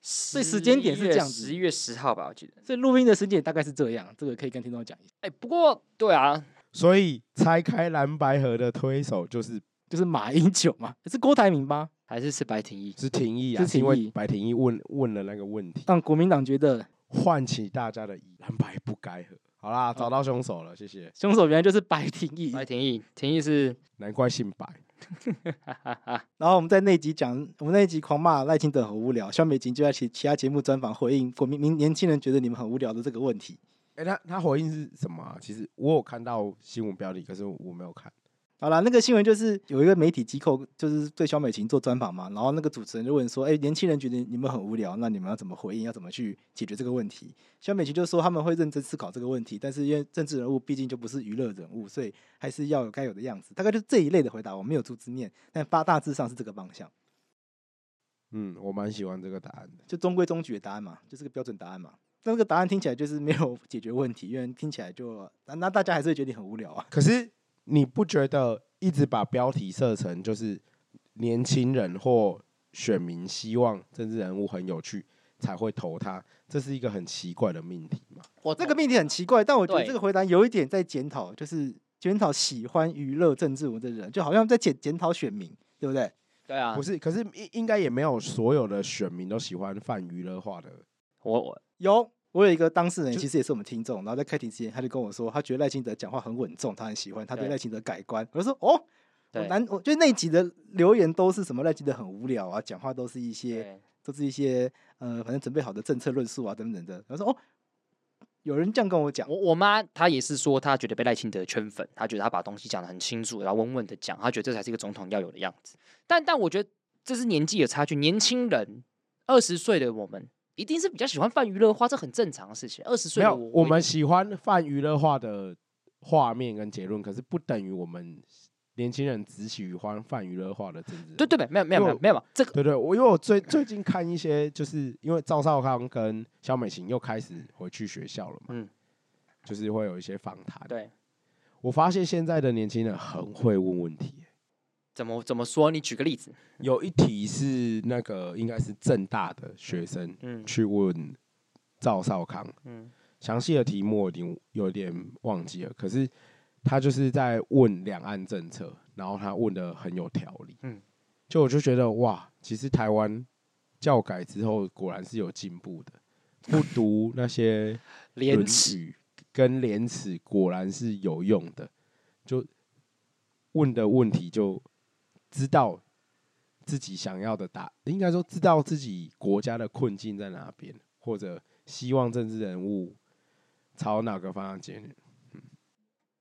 C: 所
B: 时间点是这样子
C: 十一月十号吧，我记得。
B: 所以录音的时间大概是这样，这个可以跟听众讲一下，
C: 哎、不过对啊，
D: 所以拆开蓝白河的推手就是
B: 就是马英九嘛，是郭台铭吧，
C: 还是是白廷义，
D: 是廷哦义啊，
B: 是廷义
D: 是因为白廷义问问了那个问题，
B: 让国民党觉得
D: 唤起大家的疑，蓝白不该合。好啦，找到凶手了，谢谢。
B: 凶手原来就是白廷义，
C: 白廷义，廷义是，
D: 难怪姓白，
C: 哈哈哈，
B: 然后我们在那集讲，我们那一集狂骂赖清德很无聊，肖美琴就在其其他节目专访回应国民民年轻人觉得你们很无聊的这个问题。
D: 哎、他他回应是什么啊、其实我有看到新闻标题，可是我没有看。
B: 好啦，那个新闻就是有一个媒体机构，就是对肖美琴做专访嘛，然后那个主持人就问说：“哎、年轻人觉得你们很无聊，那你们要怎么回应？要怎么去解决这个问题？”肖美琴就说他们会认真思考这个问题，但是因为政治人物毕竟就不是娱乐人物，所以还是要有该有的样子。大概就这一类的回答，我没有逐字念，但发大致上是这个方向，
D: 嗯，我蛮喜欢这个答案的。
B: 就中规中矩的答案嘛，就是个标准答案嘛。但这个答案听起来就是没有解决问题，因为听起来就那那大家还是会觉得你很无聊啊。
D: 可是你不觉得一直把标题设成就是年轻人或选民希望政治人物很有趣才会投他，这是一个很奇怪的命题吗？
C: 我
B: 这个命题很奇怪，但我觉得
C: 对
B: 这个回答有一点在检讨，就是检讨喜欢娱乐政治文的人，就好像在检检讨选民，对不对？
C: 对啊
D: 不，是，可是应应该也没有所有的选民都喜欢泛娱乐化的。
C: 我我
B: 有，我有一个当事人，
D: 就
B: 其实也是我们听众，然后在开庭之前，他就跟我说，他觉得赖清德讲话很稳重，他很喜欢，他对
C: 对
B: 赖清德改观。我就说，哦，我
C: 对
B: 难，我觉得那一集的留言都是什么赖清德很无聊啊，讲话都是一些
C: 对
B: 都是一些呃，反正准备好的政策论述啊等等的。我说，哦，有人这样跟我讲
C: 我，我妈她也是说，她觉得被赖清德圈粉，她觉得她把东西讲得很清楚，然后温温的讲，她觉得这才是一个总统要有的样子。但但我觉得这是年纪有差距，年轻人二十岁的我们一定是比较喜欢泛娱乐化，这很正常的事情。二十
D: 没
C: 岁的
D: 有，
C: 我
D: 我们喜欢泛娱乐化的画面跟结论，可是不等于我们年轻人只喜欢泛娱乐化的政治人物。
C: 对对没没有没有
D: 因
C: 没
D: 为
C: 有没有这个
D: 对对，我因为我最最近看一些，就是因为赵少康跟肖美琴又开始回去学校了嘛，
C: 嗯
D: 就是会有一些访谈。
C: 对。
D: 我发现现在的年轻人很会问问题、
C: 嗯怎么怎么说？你举个例子，
D: 有一题是那个应该是正大的学生
C: 嗯
D: 去问赵少康，
C: 嗯
D: 详细的题目我已经有点忘记了，可是他就是在问两岸政策，然后他问的很有条理，
C: 嗯
D: 就我就觉得哇，其实台湾教改之后果然是有进步的，不读那些《论
C: 廉耻，
D: 语》跟《廉耻》果然是有用的，就问的问题就知道自己想要的答，应该说知道自己国家的困境在哪边，或者希望政治人物朝哪个方向前进。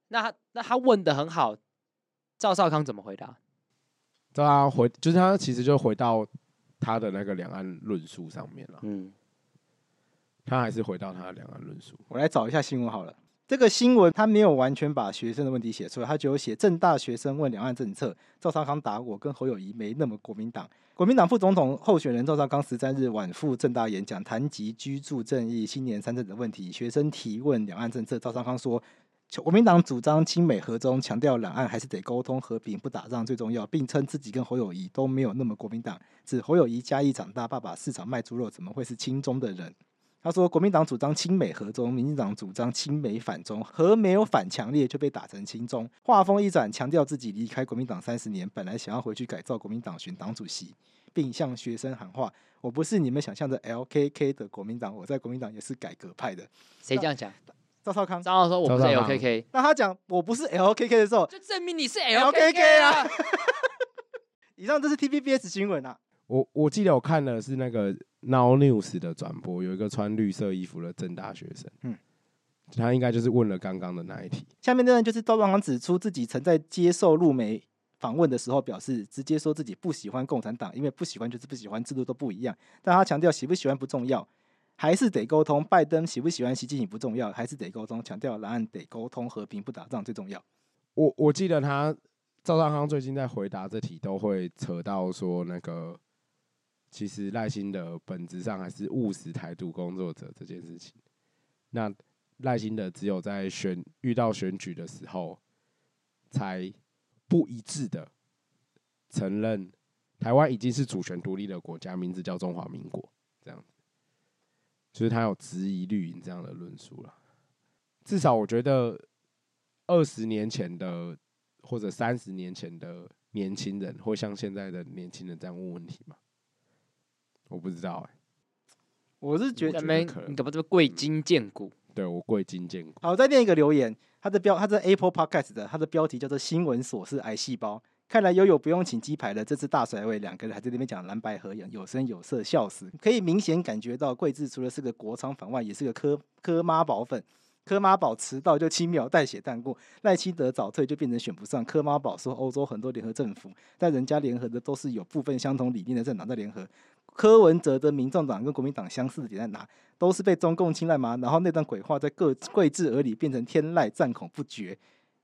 C: 那他那他问的很好，赵少康怎么回答？
D: 这他啊回就是他其实就回到他的那个两岸论述上面了，
C: 嗯，
D: 他还是回到他的两岸论述。
B: 我来找一下新闻好了。这个新闻他没有完全把学生的问题写出来，他只有写正大学生问两岸政策，赵少康打我跟侯友谊没那么国民党。国民党副总统候选人赵少康十三日晚赴正大演讲，谈及居住正义、新年三政等问题，学生提问两岸政策，赵少康说。国民党主张亲美和中，强调两岸还是得沟通和平，不打仗最重要，并称自己跟侯友谊都没有那么国民党。指侯友谊嘉义长大，爸爸市场卖猪肉，怎么会是亲中的人？他说，国民党主张亲美和中，民进党主张亲美反中，和没有反强烈就被打成亲中，话锋一转，强调自己离开国民党三十年，本来想要回去改造国民党选党主席，并向学生喊话：“我不是你们想象的 LKK 的国民党，我在国民党也是改革派的。
C: 谁这样讲？”
B: 赵少康，
C: 张浩说我不是
D: 赵少康
C: LKK，
B: 那他讲我不是 LKK 的时候，
C: 就证明你是
B: LKK 啊
C: 啊。
B: 以上这是 TVBS 新闻啊，
D: 我我记得我看的是那个 Now News 的转播，有一个穿绿色衣服的正大学生，
B: 嗯
D: 嗯，他应该就是问了刚刚的那一题。
B: 下面这段就是赵壮刚指出自己曾在接受路媒访问的时候表示，直接说自己不喜欢共产党，因为不喜欢就是不喜欢，制度都不一样。但他强调喜不喜欢不重要，还是得沟通。拜登喜不喜欢习近平不重要，还是得沟通。强调两岸得沟通，和平不打仗最重要。
D: 我我记得他赵尚康最近在回答这题都会扯到说那个，其实赖清德本质上还是务实台独工作者这件事情。那赖清德只有在选遇到选举的时候，才不一致的承认台湾已经是主权独立的国家，名字叫中华民国，这样子。就是他有质疑绿营这样的论述了。至少我觉得二十年前的或者三十年前的年轻人，会像现在的年轻人这样问问题吗？我不知道哎、
B: 我是 觉
D: 我
B: 得
D: 觉
C: 那
D: 得
C: 边
D: 可能
C: 你怎么这么贵金贱骨？
D: 对我贵金见骨，
B: 好，我再念一个留言，它的标，它在 Apple Podcast 的，它的标题叫做“新闻琐事癌细胞”。看来悠悠不用请鸡排了，这次大甩尾，两个人还在那边讲蓝白合影，有声有色，笑死！可以明显感觉到桂智除了是个国昌反外，也是个科科妈宝粉。科妈宝迟到就轻描淡写淡过，赖清德早退就变成选不上。科妈宝说欧洲很多联合政府，但人家联合的都是有部分相同理念的政党在联合。柯文哲的民众党跟国民党相似的点在哪？都是被中共青睐吗？然后那段鬼话在各桂智耳里变成天籁，赞恐不绝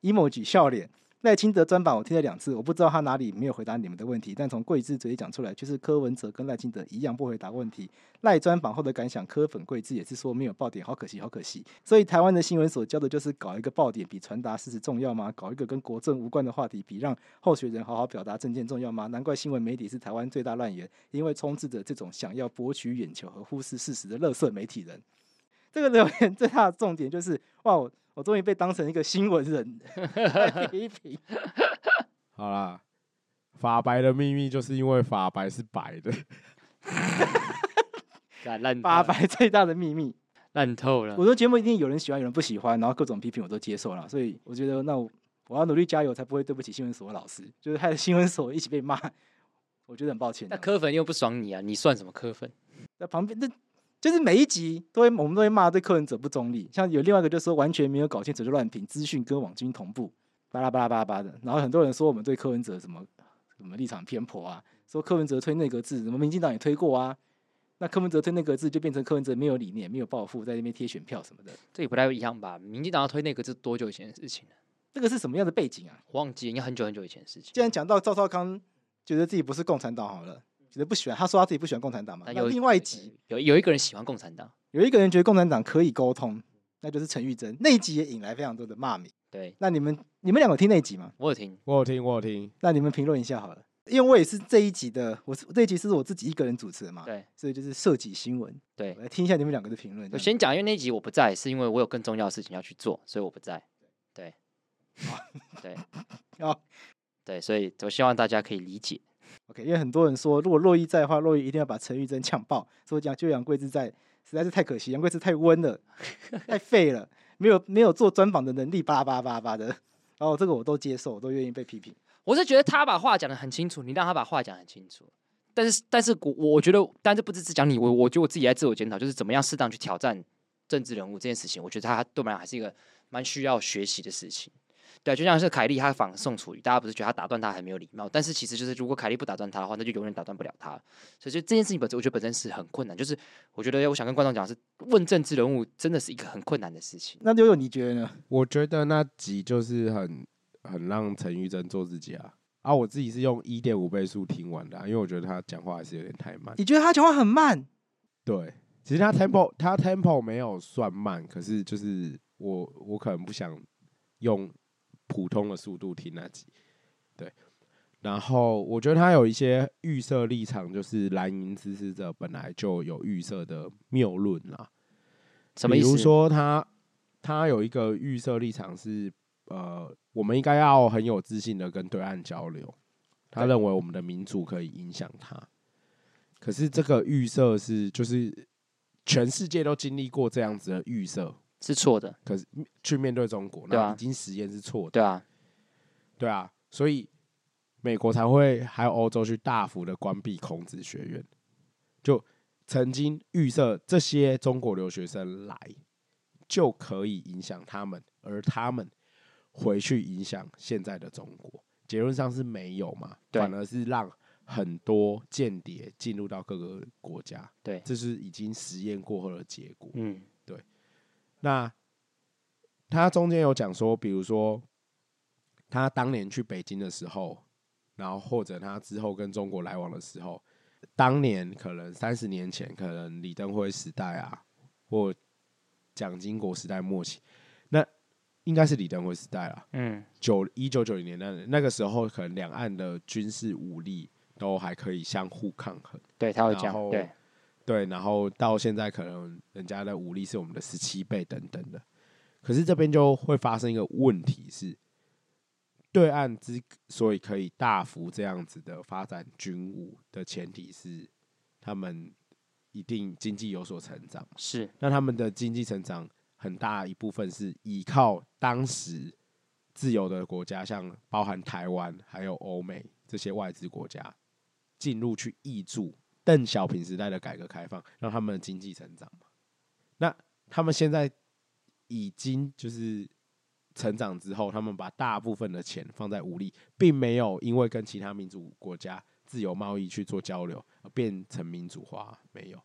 B: ，emoji 笑脸。赖清德专访我听了两次，我不知道他哪里没有回答你们的问题，但从桂智嘴里讲出来，就是柯文哲跟赖清德一样不回答问题。赖专访后的感想，柯粉桂智也是说没有爆点，好可惜，好可惜。所以台湾的新闻所教的就是搞一个爆点比传达事实重要吗？搞一个跟国政无关的话题比让候选人好好表达政见重要吗？难怪新闻媒体是台湾最大乱源，因为充斥着这种想要博取眼球和忽视事实的垃圾媒体人。这个留言最大的重点就是，哇，我我终于被当成一个新闻人 来批评。
D: 好啦，法白的秘密就是因为法白是白的，
C: 干烂
B: 八
C: 透了
B: 百最大的秘密，
C: 烂透了
B: 我。说节目一定有人喜欢，有人不喜欢，然后各种批评我都接受了，所以我觉得那我我要努力加油，才不会对不起新闻所的老师，就是害新闻所一起被骂，我觉得很抱歉这
C: 那
B: 样。
C: 柯粉又不爽你啊，你算什么柯粉？
B: 那旁边那就是每一集都会我们都会骂对客人者不中立，像有另外一个就说完全没有搞清楚就乱评，资讯跟网军同步，巴拉巴拉巴拉巴拉的。然后很多人说我们对柯文哲什么什么立场偏颇啊，说柯文哲推内阁制，什么民进党也推过啊。那柯文哲推内阁制就变成柯文哲没有理念、没有抱负，在那边贴选票什么的，
C: 这也不太一样吧？民进党要推那个是多久以前的事情了？
B: 这个是什么样的背景啊？
C: 我忘记了，应该很久很久以前的事情。
B: 既然讲到赵少康觉得自己不是共产党好了，觉得不喜欢，他说他自己不喜欢共产党嘛。
C: 但
B: 那
C: 有
B: 另外一集
C: 有有一个人喜欢共产党，
B: 有一个人觉得共产党可以沟通，那就是陈玉珍，那一集也引来非常多的骂名。
C: 对
B: 那你们你们两个有听那一集吗？
C: 我有听，
D: 我有听，我有听，
B: 那你们评论一下好了，因为我也是这一集的，我是这一集是我自己一个人主持的嘛，
C: 对
B: 所以就是涉及新闻，
C: 对
B: 我。来听一下你们两个的评论。这
C: 我
B: 样
C: 先讲，因为那集我不在，是因为我有更重要的事情要去做，所以我不在。对，对，
B: 好
C: 对，所以我希望大家可以理解。
B: OK，因为很多人说，如果洛伊在的话，洛伊一定要把陈玉珍呛爆，说讲就杨贵志在实在是太可惜， 杨贵志太温了，太废了，没有没有做专访的能力，巴拉巴拉巴拉巴拉的。然后这个我都接受，我都愿意被批评。
C: 我是觉得他把话讲的很清楚，你让他把话讲得很清楚。但是，但是我我觉得，但是不是只讲你，我我觉得我自己在自我检讨，就是怎么样适当去挑战政治人物这件事情，我觉得他对我们来讲还是一个蛮需要学习的事情。对啊，就像是凯莉他访宋楚瑜，大家不是觉得他打断他很没有礼貌，但是其实就是如果凯莉不打断他的话，那就永远打断不了他。所以就这件事情本身，我觉得本身是很困难。就是我觉得我想跟观众讲的是，问政治人物真的是一个很困难的事情。
B: 那悠悠你觉得呢？
D: 我觉得那集就是很很让陈玉珍做自己啊啊！我自己是用一点五倍速听完的啊、因为我觉得他讲话还是有点太慢。
B: 你觉得他讲话很慢？
D: 对，其实他 tempo 他 tempo 没有算慢，可是就是我我可能不想用普通的速度听那集，对。然后我觉得他有一些预设立场，就是蓝营支持者本来就有预设的谬论啦。
C: 什么意思？
D: 比如说他他有一个预设立场是，呃，我们应该要很有自信的跟对岸交流。他认为我们的民主可以影响他，可是这个预设是就是全世界都经历过这样子的预设，
C: 是错的，
D: 可是去面对中国，
C: 对啊
D: 那已经实验是错的，
C: 对啊，
D: 对啊，所以美国才会还有欧洲去大幅的关闭孔子学院，就曾经预设这些中国留学生来就可以影响他们，而他们回去影响现在的中国，结论上是没有嘛，
C: 对
D: 反而是让很多间谍进入到各个国家，
C: 对
D: 这是已经实验过后的结果，
C: 嗯，
D: 那他中间有讲说，比如说他当年去北京的时候，然后或者他之后跟中国来往的时候，当年可能三十年前，可能李登辉时代啊，或蒋经国时代末期，那应该是李登辉时代啦。
C: 嗯，
D: 九一九九零年代那个时候，可能两岸的军事武力都还可以相互抗衡。
C: 对，他会
D: 然
C: 讲，
D: 后
C: 对，
D: 对，然后到现在可能人家的武力是我们的十七倍等等的，可是这边就会发生一个问题是，对岸之所以可以大幅这样子的发展军武的前提是，他们一定经济有所成长，
C: 是，
D: 那他们的经济成长很大一部分是依靠当时自由的国家，像包含台湾还有欧美这些外资国家进入去挹注邓小平时代的改革开放，让他们的经济成长嘛。那他们现在已经就是成长之后，他们把大部分的钱放在武力，并没有因为跟其他民主国家自由贸易去做交流而变成民主化，没有。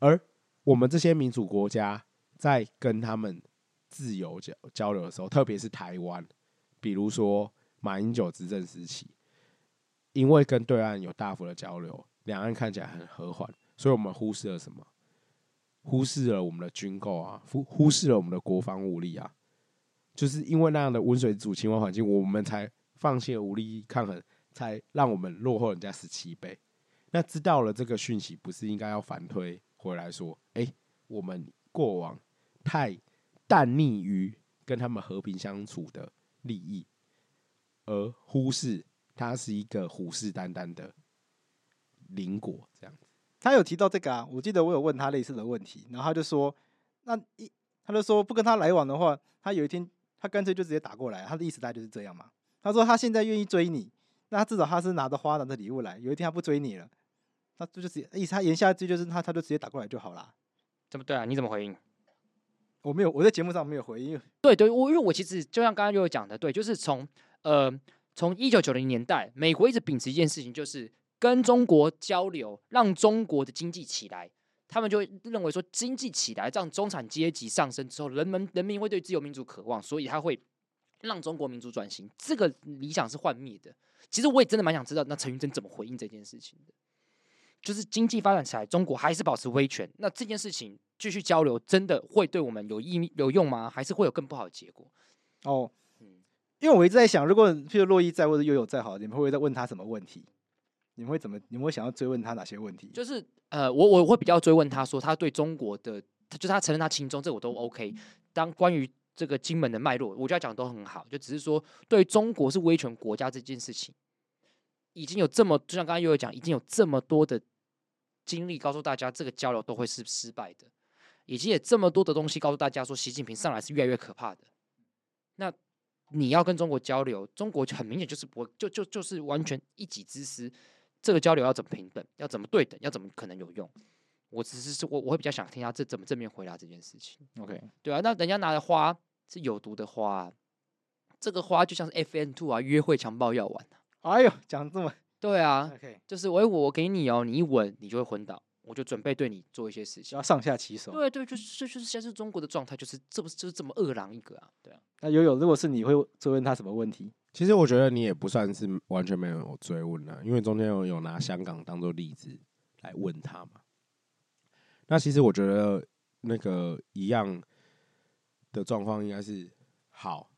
D: 而我们这些民主国家在跟他们自由交交流的时候，特别是台湾，比如说马英九执政时期，因为跟对岸有大幅的交流，两岸看起来很和缓，所以我们忽视了什么？忽视了我们的军购啊，忽忽视了我们的国防武力啊，就是因为那样的温水煮青蛙环境，我们才放弃了武力抗衡，才让我们落后人家十七倍。那知道了这个讯息，不是应该要反推回来说，哎、我们过往太淡溺于跟他们和平相处的利益，而忽视它是一个虎视眈眈的邻国，这样子。
B: 他有提到这个啊，我记得我有问他类似的问题，然后他就说，那一他就说不跟他来往的话，他有一天他干脆就直接打过来，他的意思大概就是这样嘛。他说他现在愿意追你，那他至少他是拿着花拿着礼物来，有一天他不追你了，他就就直接意思他言下之意就是他他就直接打过来就好啦。
C: 怎么对啊？你怎么回应？
B: 我没有我在节目上没有回应，
C: 对对，我因为我其实就像刚刚就有讲的，对，就是从呃从一九九零年代，美国一直秉持一件事情，就是跟中国交流，让中国的经济起来。他们就会认为说，经济起来，让中产阶级上升之后，人们人民会对自由民主渴望，所以他会让中国民主转型。这个理想是幻灭的。其实我也真的蛮想知道，那陈云珍怎么回应这件事情的。就是经济发展起来，中国还是保持威权，那这件事情继续交流，真的会对我们有意有用吗？还是会有更不好的结果？
B: 哦
C: 嗯，
B: 因为我一直在想，如果譬如洛伊在或者悠悠在好，你们会不会在问他什么问题？你们会怎么？你们会想要追问他哪些问题？
C: 就是呃，我我会比较追问他说，他对中国的，他就是他承认他亲中，这我都 OK。当关于这个金门的脉络，我觉得他讲的都很好，就只是说对中国是威权国家这件事情，已经有这么，就像刚刚悠悠讲，已经有这么多的经历告诉大家，这个交流都会是失败的，以及也这么多的东西告诉大家说，习近平上来是越来越可怕的。那你要跟中国交流，中国很明显就是不会，就就就是完全一己之私，这个交流要怎么平等，要怎么对等，要怎么可能有用？我只是是我我会比较想听他这怎么正面回答这件事情。
B: OK，
C: 对啊，那人家拿的花是有毒的花啊、这个花就像是 FN two 啊，约会强暴药丸啊、
B: 哎呦，讲这么
C: 对啊，
B: OK，
C: 就是我我给你哦，你一吻你就会昏倒，我就准备对你做一些事
B: 只
C: 情
B: 要。上下其手。
C: 对对，就是就是现在是中国的状态，就是这不是就是这么恶狼一个啊，对啊，
B: 那友友，如果是你会追问他什么问题？
D: 其实我觉得你也不算是完全没有追问啊，因为中间有有拿香港当做例子来问他嘛。那其实我觉得那个一样的状况应该是好，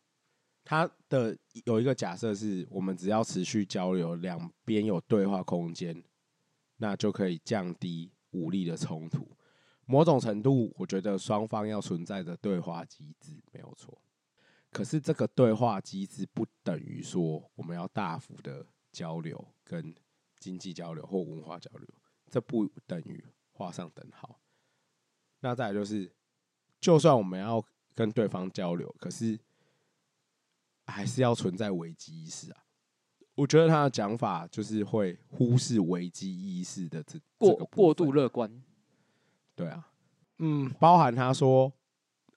D: 他的有一个假设是我们只要持续交流，两边有对话空间，那就可以降低武力的冲突。某种程度，我觉得双方要存在着对话机制，没有错。可是这个对话机制不等于说我们要大幅的交流、跟经济交流或文化交流，这不等于画上等号。那再来就是，就算我们要跟对方交流，可是还是要存在危机意识啊。我觉得他的讲法就是会忽视危机意识的这
C: 过
D: 这个部
C: 过度
D: 分
C: 乐观，
D: 对啊，
B: 嗯，
D: 包含他说，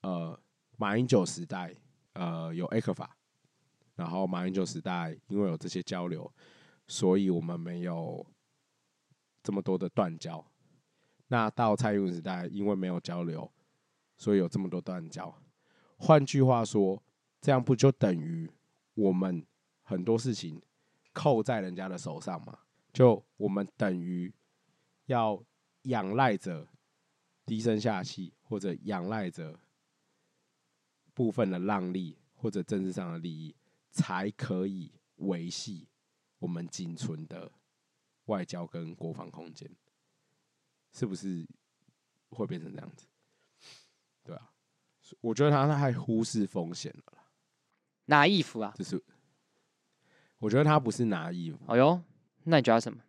D: 呃，马英九时代，呃，有 A 克法，然后马英九时代因为有这些交流，所以我们没有这么多的断交。那到蔡英文时代，因为没有交流，所以有这么多断交。换句话说，这样不就等于我们很多事情扣在人家的手上吗？就我们等于要仰赖着低声下气，或者仰赖着部分的让利或者政治上的利益，才可以维系我们仅存的外交跟国防空间，是不是会变成这样子？对啊，所以我觉得他太忽视风险了啦，
C: 拿衣服啊，
D: 就是我觉得他不是拿义务，
C: 哎呦，那你觉得什么？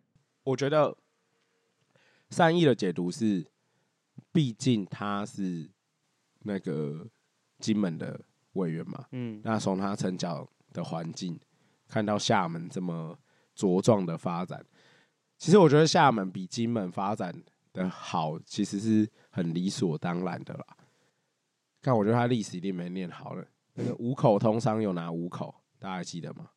D: 我觉得善意的解读是，毕竟他是那个金门的委员嘛，
C: 嗯，
D: 那从他成长的环境，看到厦门这么茁壮的发展，其实我觉得厦门比金门发展的好，其实是很理所当然的啦。但我觉得他历史一定没念好了。那个五口通商有拿五口，大家还记得吗？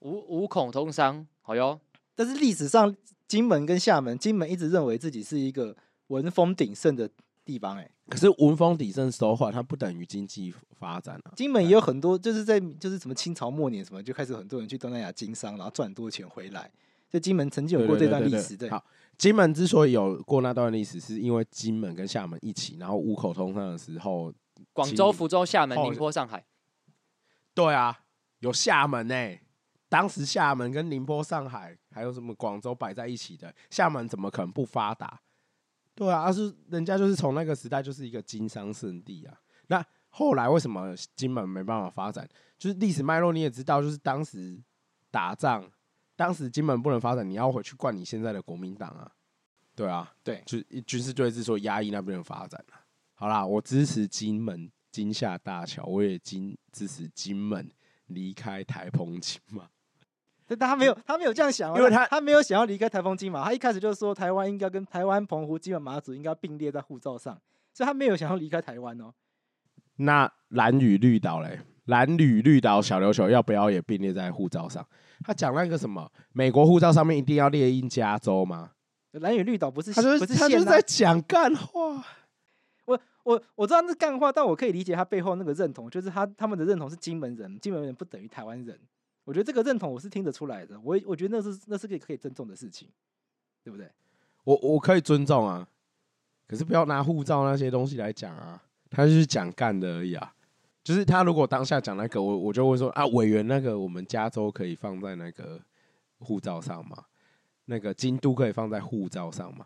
C: 五五孔通商，哎呦，
B: 但是历史上金门跟厦门，金门一直认为自己是一个文风鼎盛的地方、哎，
D: 可是文风鼎盛手法，它不等于经济发展啊。
B: 金门也有很多，就是在就是什么清朝末年什么，就开始很多人去东南亚经商，然后赚很多钱回来。所以金门曾经有过这段历史，对，
D: 好，金门之所以有过那段历史，是因为金门跟厦门一起，然后五口通商的时候，
C: 广
D: 请
C: 州、
D: 你
C: 福州、厦门、
D: 后
C: 宁波、上海，
D: 对啊，有厦门呢、当时厦门跟宁波、上海还有什么广州摆在一起的，厦门怎么可能不发达？对啊，而是人家就是从那个时代就是一个经商圣地啊。那后来为什么金门没办法发展？就是历史脉络你也知道，就是当时打仗，当时金门不能发展，你要回去灌你现在的国民党啊。对啊，
B: 对
D: 就是一军事对峙说压抑那边的发展啊。好啦，我支持金门金厦大桥，我也金支持金门离开台澎金马。
B: 但但他没有，他没有这样想啊，
D: 因为
B: 他
D: 他
B: 他没有想要离开台风金马，他一开始就说台湾应该跟台湾、澎湖、金门、马祖应该并列在护照上，所以他没有想要离开台湾哦。
D: 那蓝屿绿岛嘞，蓝屿绿岛小琉球要不要也并列在护照上？他讲那个什么，美国护照上面一定要列印加州吗？
B: 蓝屿绿岛不是
D: 他就
B: 不
D: 是
B: 是
D: 他就
B: 县
D: 是
B: 啊
D: 在，讲干话。
B: 我我知道那是干话，但我可以理解他背后那个认同，就是他他们的认同是金门人，金门人不等于台湾人。我觉得这个认同我是听得出来的，我我觉得那是那是个可以尊重的事情，对不对？
D: 我我可以尊重啊，可是不要拿护照那些东西来讲啊，他就是讲干的而已啊。就是他如果当下讲那个，我我就会说啊，委员那个我们加州可以放在那个护照上吗？那个京都可以放在护照上吗？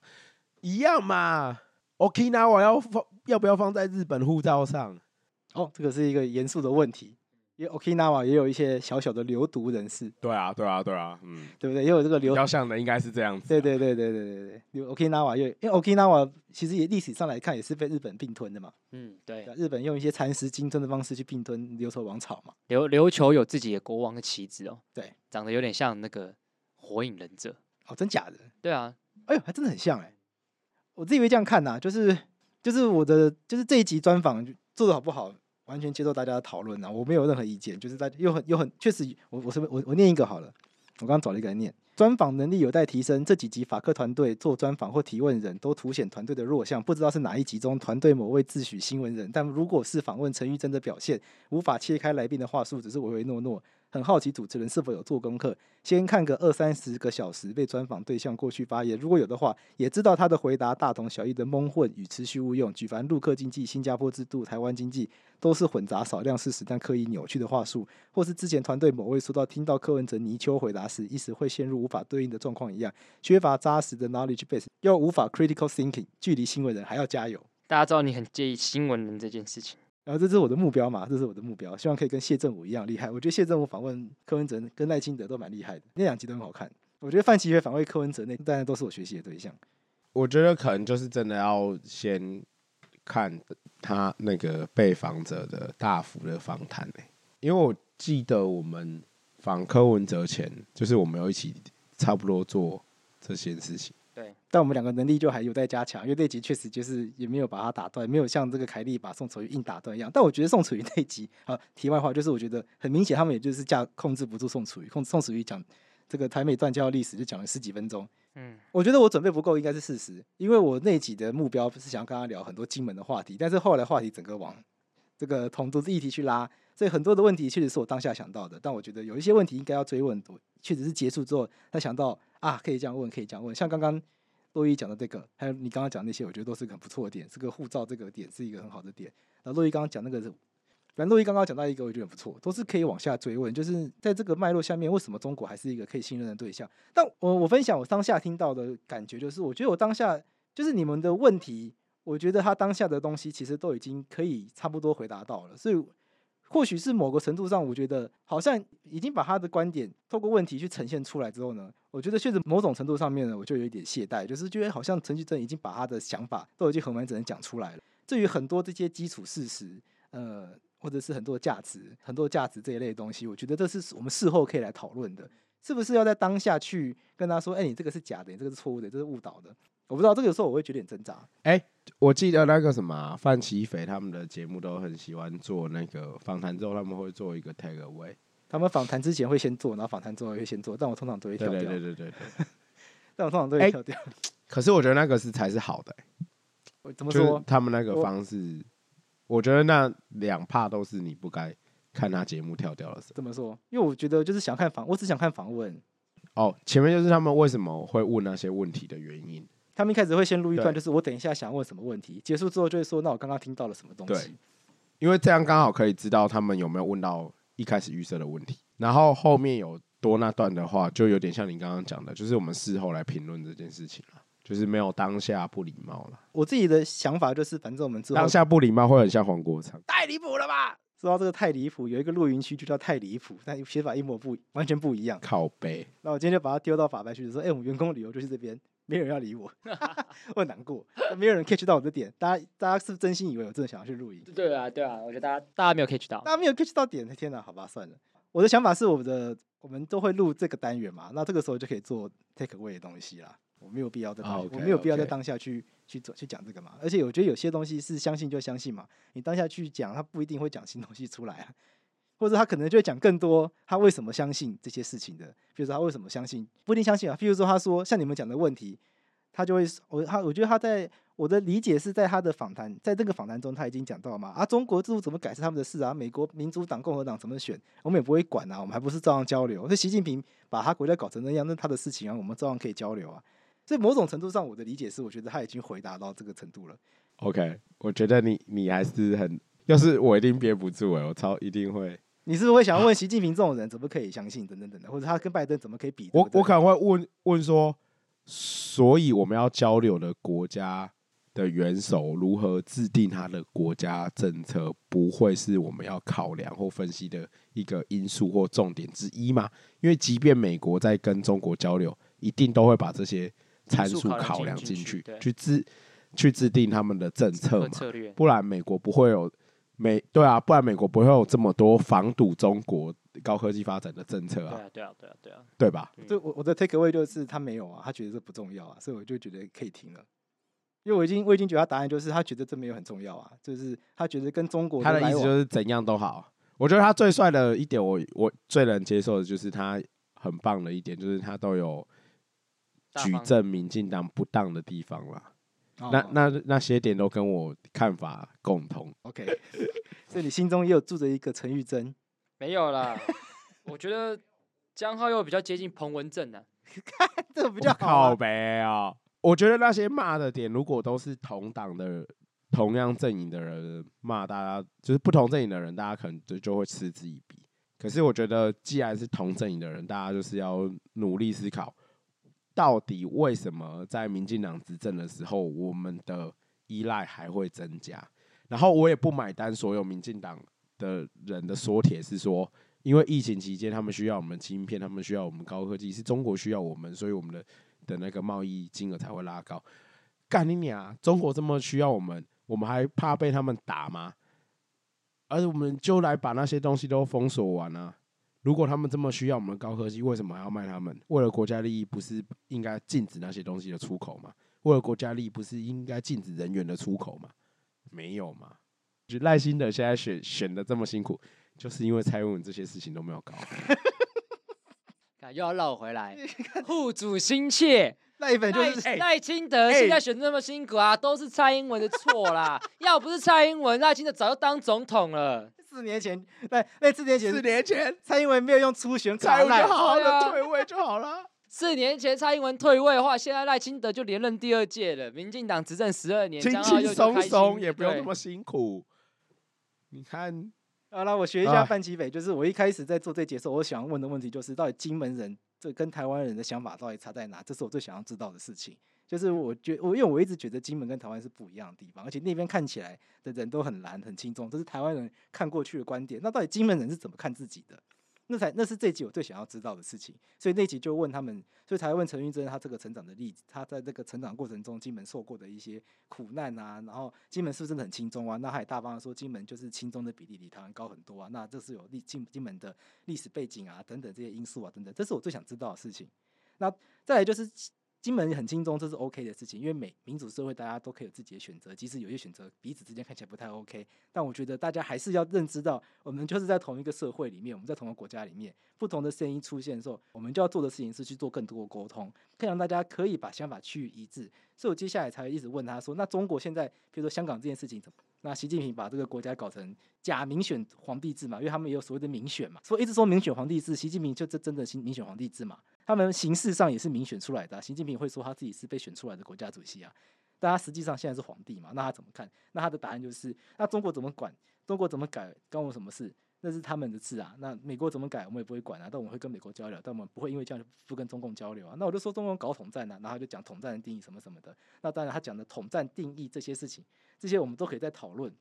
D: 一样嘛。Okinawa 要放要不要放在日本护照上？
B: 哦，这个是一个严肃的问题。因为 Okinawa 也有一些小小的流毒人士，
E: 对啊，对啊，对啊，嗯，
B: 对不对？也有这个
E: 比
B: 流，
E: 较像的应该是这
D: 啊
E: 样子、
B: 对，对对对对对对，因为 Okinawa 又因为 Okinawa 其实也历史上来看也是被日本并吞的嘛，
C: 嗯，对
B: 对啊，日本用一些蚕食鲸吞的方式去并吞琉球王朝嘛，
C: 琉琉球有自己的国王的旗帜哦，
B: 对，
C: 长得有点像那个火影忍者，
B: 哦，真假的？
C: 对啊，
B: 哎呦，还真的很像哎、我自己会这样看呐、就是就是我的就是这一集专访做的好不好，完全接受大家的讨论呐，我没有任何意见，就是大家又很又很确实，我我是我我念一个好了，我刚刚找了一个来念，专访能力有待提升，这几集法克团队做专访或提问人都凸显团队的弱项，不知道是哪一集中团队某位自诩新闻人，但如果是访问陈玉珍的表现，无法切开来宾的话术，只是唯唯诺诺。很好奇主持人是否有做功课，先看个二三十个小时被专访对象过去发言，如果有的话，也知道他的回答大同小异的蒙混与持续误用。举凡陆客经济、新加坡制度、台湾经济，都是混杂少量事实但刻意扭曲的话术，或是之前团队某位说到听到柯文哲泥鳅回答时，一时会陷入无法对应的状况一样，缺乏扎实的 knowledge base，又无法 critical thinking，距离新闻人还要加油。
C: 大家知道你很介意新闻人这件事情，
B: 然后这是我的目标嘛，这是我的目标，希望可以跟谢振武一样厉害。我觉得谢振武访问柯文哲跟赖清德都蛮厉害的，那两集都很好看。我觉得范奇飞访问柯文哲那当然都是我学习的对象。
D: 我觉得可能就是真的要先看他那个被访者的大幅的访谈欸因为我记得我们访柯文哲前，就是我们有一起差不多做这件事情。
B: 但我们两个能力就还有待加强，因为那集确实就是也没有把他打断，没有像这个凯莉把宋楚瑜硬打断一样。但我觉得宋楚瑜那集啊，题外话就是我觉得很明显，他们也就是架控制不住宋楚瑜，控宋楚瑜讲这个台美断交历史就讲了十几分钟。
C: 嗯，
B: 我觉得我准备不够应该是事实，因为我那集的目标是想要跟他聊很多金门的话题，但是后来话题整个往这个同族的议题去拉，所以很多的问题确实是我当下想到的，但我觉得有一些问题应该要追问，我确实是结束之后他想到啊，可以这样问，可以这样问，像刚刚洛伊讲的这个，还有你刚刚讲的那些，我觉得都是很不错的点，这个护照这个点是一个很好的点，然后洛伊刚刚讲那个是反正洛伊刚刚讲到一个，我觉得很不错，都是可以往下追问，就是在这个脉络下面，为什么中国还是一个可以信任的对象？但我我分享我当下听到的感觉，就是我觉得我当下就是你们的问题，我觉得他当下的东西其实都已经可以差不多回答到了，所以或许是某个程度上，我觉得好像已经把他的观点透过问题去呈现出来之后呢，我觉得确实某种程度上面呢，我就有一点懈怠，就是觉得好像陈旭正已经把他的想法都已经很完整的讲出来了。至于很多这些基础事实，呃，或者是很多价值、很多价值这一类的东西，我觉得这是我们事后可以来讨论的，是不是要在当下去跟他说，哎、你这个是假的，你这个是错误的，这是误导的。我不知道这个有时候我会觉得很挣扎，
D: 我记得那个什么啊、范奇斐他们的节目都很喜欢做那个访谈之后，他们会做一个 take away。
B: 他们访谈之前会先做，然后访谈之后也会先做，但我通常都会
D: 对
B: 跳掉，
D: 对对对对对。
B: 但我通常都会
D: 哎
B: 跳掉。
D: 可是我觉得那个是才是好的欸、
B: 我怎么
D: 就
B: 说
D: 是？他们那个
B: 我
D: 方式，我觉得那两帕都是你不该看他节目跳掉的事。
B: 怎么说？因为我觉得就是想看访，我只想看访问。
D: 哦，前面就是他们为什么会问那些问题的原因。
B: 他们一开始会先录一段，
D: 对
B: 就是我等一下想问什么问题，结束之后就会说，那我刚刚听到了什么东
D: 对
B: 西？
D: 因为这样刚好可以知道他们有没有问到一开始预设的问题，然后后面有多那段的话，就有点像你刚刚讲的，就是我们事后来评论这件事情了，就是没有当下不礼貌了。
B: 我自己的想法就是，反正我们之后
D: 当下不礼貌会很像黄国昌，
B: 说到这个太离谱，有一个露营区就叫太离谱，但写法一模不完全不一样。
D: 靠背。
B: 那我今天就把它丢到法白去，就说：“哎、我们员工旅游就是这边，没有人要理我， 我很难过，没有人 catch 到我的点。大家大家是不是真心以为我真的想要去露营？
C: 对啊，对啊，我觉得大家大家没有 catch 到
B: 大，家没有 catch 到点，天哪，好吧，算了。我的想法是，我们的我们都会录这个单元嘛，那这个时候就可以做 take away 的东西啦。我没有必要在当下
D: 啊，OK，
B: 我没有必要在
D: OK
B: 当下去去做去讲这个嘛。而且我觉得有些东西是相信就相信嘛，你当下去讲，他不一定会讲新东西出来啊，或者他可能就会讲更多他为什么相信这些事情的，比如说他为什么相信，不一定相信啊。譬如说他说像你们讲的问题，他就会我他我觉得他在我的理解是在他的访谈，在这个访谈中他已经讲到嘛，啊，中国制度怎么改是他们的事啊，美国民主党、共和党怎么选，我们也不会管啊，我们还不是照样交流？那习近平把他国家搞成那样，那他的事情啊，我们照样可以交流啊。所以某种程度上，我的理解是，我觉得他已经回答到这个程度了。
D: OK，我觉得你你还是很，要是我一定憋不住哎、我超一定会，
B: 你是不是会想要问习近平这种人怎么可以相信等等等等，或者他跟拜登怎么可以比？对
D: 我
B: 不对
D: 我可能会问问说，所以我们要交流的国家的元首如何制定他的国家政策，不会是我们要考量或分析的一个因素或重点之一吗？因为即便美国在跟中国交流，一定都会把这些参数考量进去
C: 因素考量进去，对
D: 去制去制定他们的政策
C: 和
D: 嘛。
C: 策略，
D: 不然美国不会有美对啊，不然美国不会有这么多防堵中国高科技发展的政策
C: 对
D: 啊，
C: 啊，对啊，对啊，对啊，
D: 对吧？
C: 嗯
B: 所以我我的 take away 就是他没有啊，他觉得这不重要啊，所以我就觉得可以停了。因为我已经我已经觉得他答案就是他觉得这没有很重要啊，就是他觉得跟中国
D: 他的
B: 来
D: 意思
B: 往
D: 就是怎样都好。我觉得他最帅的一点我，我最能接受的就是他很棒的一点，就是他都有
C: 大
D: 举
C: 方
D: 证民进党不当的地方啦。
B: 哦
D: 那那那些点都跟我看法共同。
B: OK，所以你心中也有住着一个陈玉珍，
C: 没有 啦。我觉得江浩佑比较接近彭文正啊，
B: 这个比
D: 比
B: 较好、
D: 靠背啊！我觉得那些骂的点，如果都是同党的、同样阵营的人骂大家，就是不同阵营的人，大家可能就就会嗤之以鼻。可是我觉得，既然是同阵营的人，大家就是要努力思考，到底为什么在民进党执政的时候，我们的依赖还会增加？然后我也不买单，所有民进党的人的说帖是说，因为疫情期间他们需要我们芯片，他们需要我们高科技，是中国需要我们，所以我们的的那个贸易金额才会拉高。干你娘！啊中国这么需要我们，我们还怕被他们打吗？而且我们就来把那些东西都封锁完啊！如果他们这么需要我们的高科技，为什么还要卖他们？为了国家利益，不是应该禁止那些东西的出口吗？为了国家利益，不是应该禁止人员的出口吗？没有嘛？就赖清德现在选选的这么辛苦，就是因为蔡英文这些事情都没有搞好。
C: 看又要绕回 来，护主心切，
B: 那一本就
C: 赖
D: 哎
B: 是
C: 赖清德现在选这么辛苦啊，都是蔡英文的错 啦。要不是蔡英文，赖清德早就当总统了。
B: 四年前，那那四年前
D: 四年前，
B: 蔡英文没有用初选卡
D: 蔡英文
B: 赖
D: 就好好
C: 对啊
D: 的退位就好了。
C: 四年前蔡英文退位的话，现在赖清德就连任第二届了。民进党执政十二年，
D: 轻
C: 张浩
D: 轻
C: 又就
D: 松
C: 开心
D: 松，也不用
C: 对
D: 那么辛苦。你看，
B: 好了，我学一下
D: 哎
B: 范奇北，就是我一开始在做这节的时候，我想问的问题就是，到底金门人这跟台湾人的想法到底差在哪？这是我最想要知道的事情。就是我觉我因为我一直觉得金门跟台湾是不一样的地方，而且那边看起来的人都很蓝很轻松，这是台湾人看过去的观点。那到底金门人是怎么看自己的？那才那是这集我最想要知道的事情，所以那集就问他们，所以才问陈玉珍他这个成长的例子，他在这个成长过程中，金门受过的一些苦难啊，然后金门是不是真的很轻松啊？那他也大方的说，金门就是轻松的比例比台湾高很多啊，那这是有历金金门的历史背景啊，等等这些因素啊，等等，这是我最想知道的事情。那再来就是金门很轻松，这是 OK 的事情，因为每民主社会大家都可以有自己的选择，即使有些选择彼此之间看起来不太 OK，但我觉得大家还是要认知到，我们就是在同一个社会里面，我们在同一个国家里面，不同的声音出现的时候，我们就要做的事情是去做更多的沟通，可以让大家可以把想法趋于一致。所以我接下来才一直问他说，那中国现在，比如说香港这件事情怎么？那习近平把这个国家搞成假民选皇帝制嘛，因为他们也有所谓的民选嘛，所以一直说民选皇帝制，习近平就这真的是民选皇帝制嘛。他们形式上也是民选出来的啊、习近平会说他自己是被选出来的国家主席啊，但他实际上现在是皇帝嘛，那他怎么看？那他的答案就是，那中国怎么管，中国怎么改，关我什么事？那是他们的事啊。那美国怎么改，我们也不会管啊。但我们会跟美国交流，但我们不会因为这样就不跟中共交流啊。那我就说中共搞统战啊，然后他就讲统战的定义什么什么的。那当然，他讲的统战定义这些事情，这些我们都可以再讨论。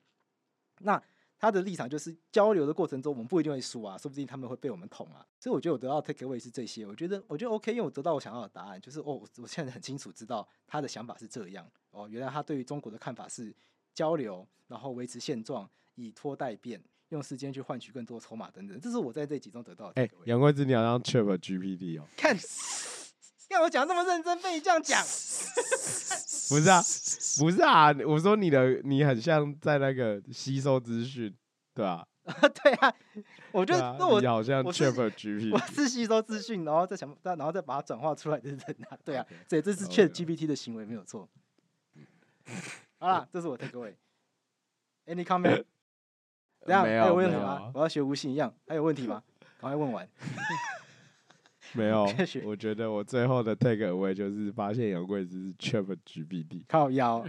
B: 那他的立场就是交流的过程中，我们不一定会输啊，说不定他们会被我们捅啊。所以我觉得我得到 take away 是这些，我觉得我觉得 OK，因为我得到我想要的答案，就是哦，我我现在很清楚知道他的想法是这样哦，原来他对于中国的看法是交流，然后维持现状，以拖代变，用时间去换取更多筹码等等，这是我在这几中得到的 take
D: 哎
B: away。，
D: 杨贵枝，你好像 Chat GPT 哦？
B: 看， 看我讲得那么认真，被你这样讲，
D: 不是啊，不是啊，我说你的，你很像在那个吸收资讯，对吧？
B: 对啊，我觉
D: 对
B: 得、
D: 啊，
B: 那我
D: 你好像
B: 我是
D: Chat
B: 我
D: GPT，
B: 是吸收资讯，然后再想，然后再把它转化出来的人啊，对啊
D: OK，
B: 对，这是
D: OK，
B: Chat
D: OK
B: GPT 的行为没有 错。好啦，这是我的各位。Any comment？这样还
D: 没有
B: 有问题
D: 没有
B: 吗？我要学吴昕一样，还有问题吗？赶快问完。
D: 没有
B: 开始。
D: 我觉得我最后的 take away 就是发现杨贵枝是 Chat GPT。
B: 靠腰，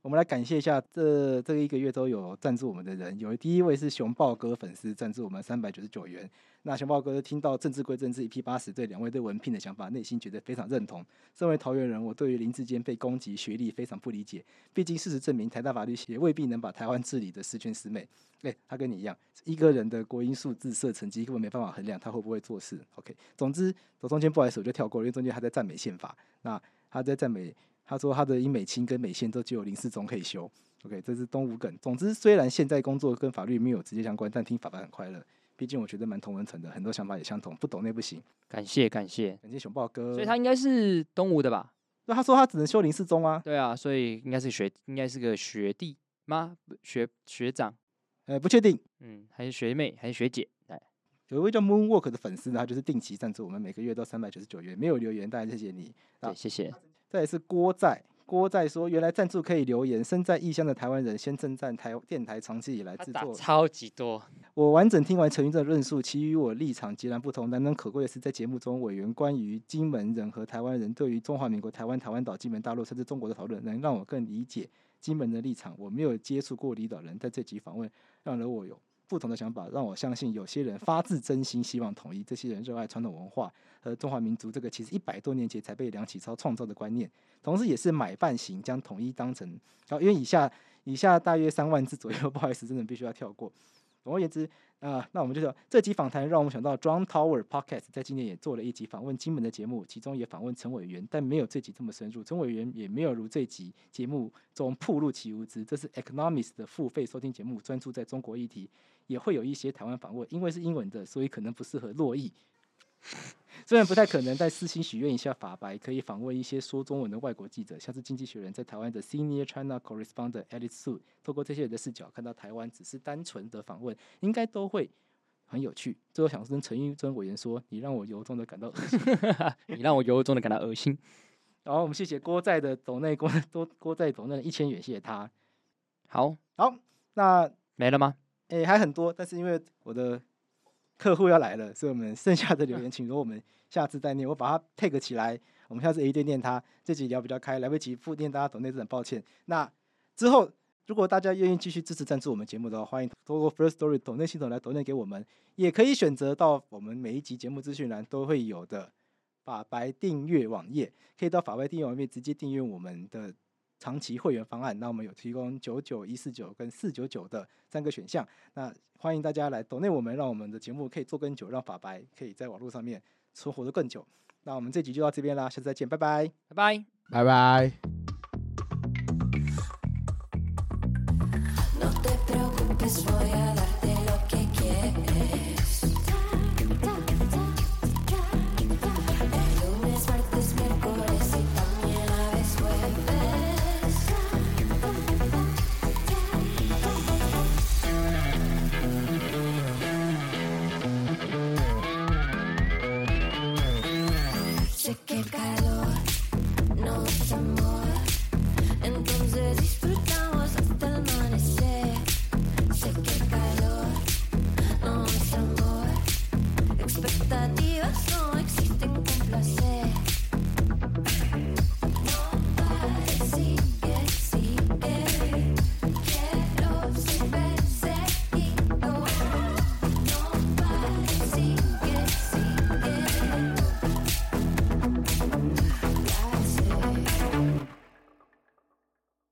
B: 我们来感谢一下这这一个月都有赞助我们的人，有第一位是熊豹哥粉丝赞助我们三百九十九元。那熊豹哥听到政治归政治，一 P 八十对两位对文聘的想法，内心觉得非常认同。身为桃园人，我对于林志坚被攻击学历非常不理解，毕竟事实证明台大法律系未必能把台湾治理的十全十美。哎、他跟你一样，一个人的国英数自设成绩根本没办法衡量他会不会做事。OK，总之走中间不好意思，我就跳过了，因为中间他在赞美宪法，那他在赞美他说他的英美清跟美宪都只有林世忠可以修。OK，这是东吴梗。总之，虽然现在工作跟法律没有直接相关，但听法白很快乐。毕竟我觉得蛮同文层的，很多想法也相同，不懂那不行。
C: 感谢感谢。
B: 感谢熊豹哥。
C: 所以他应该是东吴的吧？
B: 那他说他只能修林世忠啊，
C: 对啊，所以应该是学，应该是个学弟吗？不学学长，
B: 呃，不确定。
C: 嗯，还是学妹，还是学姐？哎，
B: 有一位叫 Moonwalk 的粉丝呢，他就是定期赞助我们，每个月都三百九十九元，没有留言，当然谢谢你。啊
C: 对，谢谢。
B: 再来是郭在，郭在说原来赞助可以留言，身在异乡的台湾人先称赞台电台长期以来
C: 他
B: 制
C: 打
B: 作
C: 超级多，
B: 我完整听完陈云正的论述，其与我立场截然不同。难能可贵的是，在节目中，委员关于金门人和台湾人对于中华民国台湾、台湾岛、金门大陆甚至中国的讨论，能让我更理解金门的立场。我没有接触过离岛人，在这集访问让了我有不同的想法，让我相信有些人发自真心希望统一，这些人热爱传统文化和中华民族这个其实一百多年前才被梁启超创造的观念，同时也是买办型将统一当成。好，因为以下以下大约三万字左右，不 好意思，真的必须要跳过。总而言之，啊、那我们就说这集访谈让我们想到 John Tower Podcast 在今年也做了一集访问金门的节目，其中也访问陈委员，但没有这集这么深入。陈委员也没有如这集节目中曝露其无知。这是 Economics 的付费收听节目，专注在中国议题，也会有一些台湾访问，因为是英文的，所以可能不适合洛邑。虽然不太可能，但私心许愿一下法白，可以访问一些说中文的外国记者，像是《经济学人》在台湾的 Senior China Correspondent Alice Su，透过这些人的视角看到台湾，只是单纯的访问，应该都会很有趣。最后想跟陈玉珍委员说，你让我由衷的感到恶心。
C: 你让我由衷的感到恶心。
B: 然后我们谢谢郭在的董内郭郭郭在董内一千元，谢谢他。
C: 好，
B: 好，那
C: 没了吗？
B: 诶、还很多，但是因为我的客户要来了，所以我们剩下的留言，请容我们下次再念，我把它 tag 起来，我们下次一定念它。这集聊比较开，来不及复念大家懂内，很抱歉。那之后。如果大家愿意继续支持赞助我们节目的话，欢迎通过 First Story 抖内系统来抖内给我们，也可以选择到我们每一集节目资讯栏都会有的法白订阅网页，可以到法白订阅网页直接订阅我们的长期会员方案。那我们有提供九九一四九跟四九九的三个选项，那欢迎大家来抖内我们，让我们的节目可以做更久，让法白可以在网络上面存活的更久。那我们这集就到这边啦，下次再见，拜拜。
C: 拜拜。
D: 拜拜。
F: No te preocupes, voy a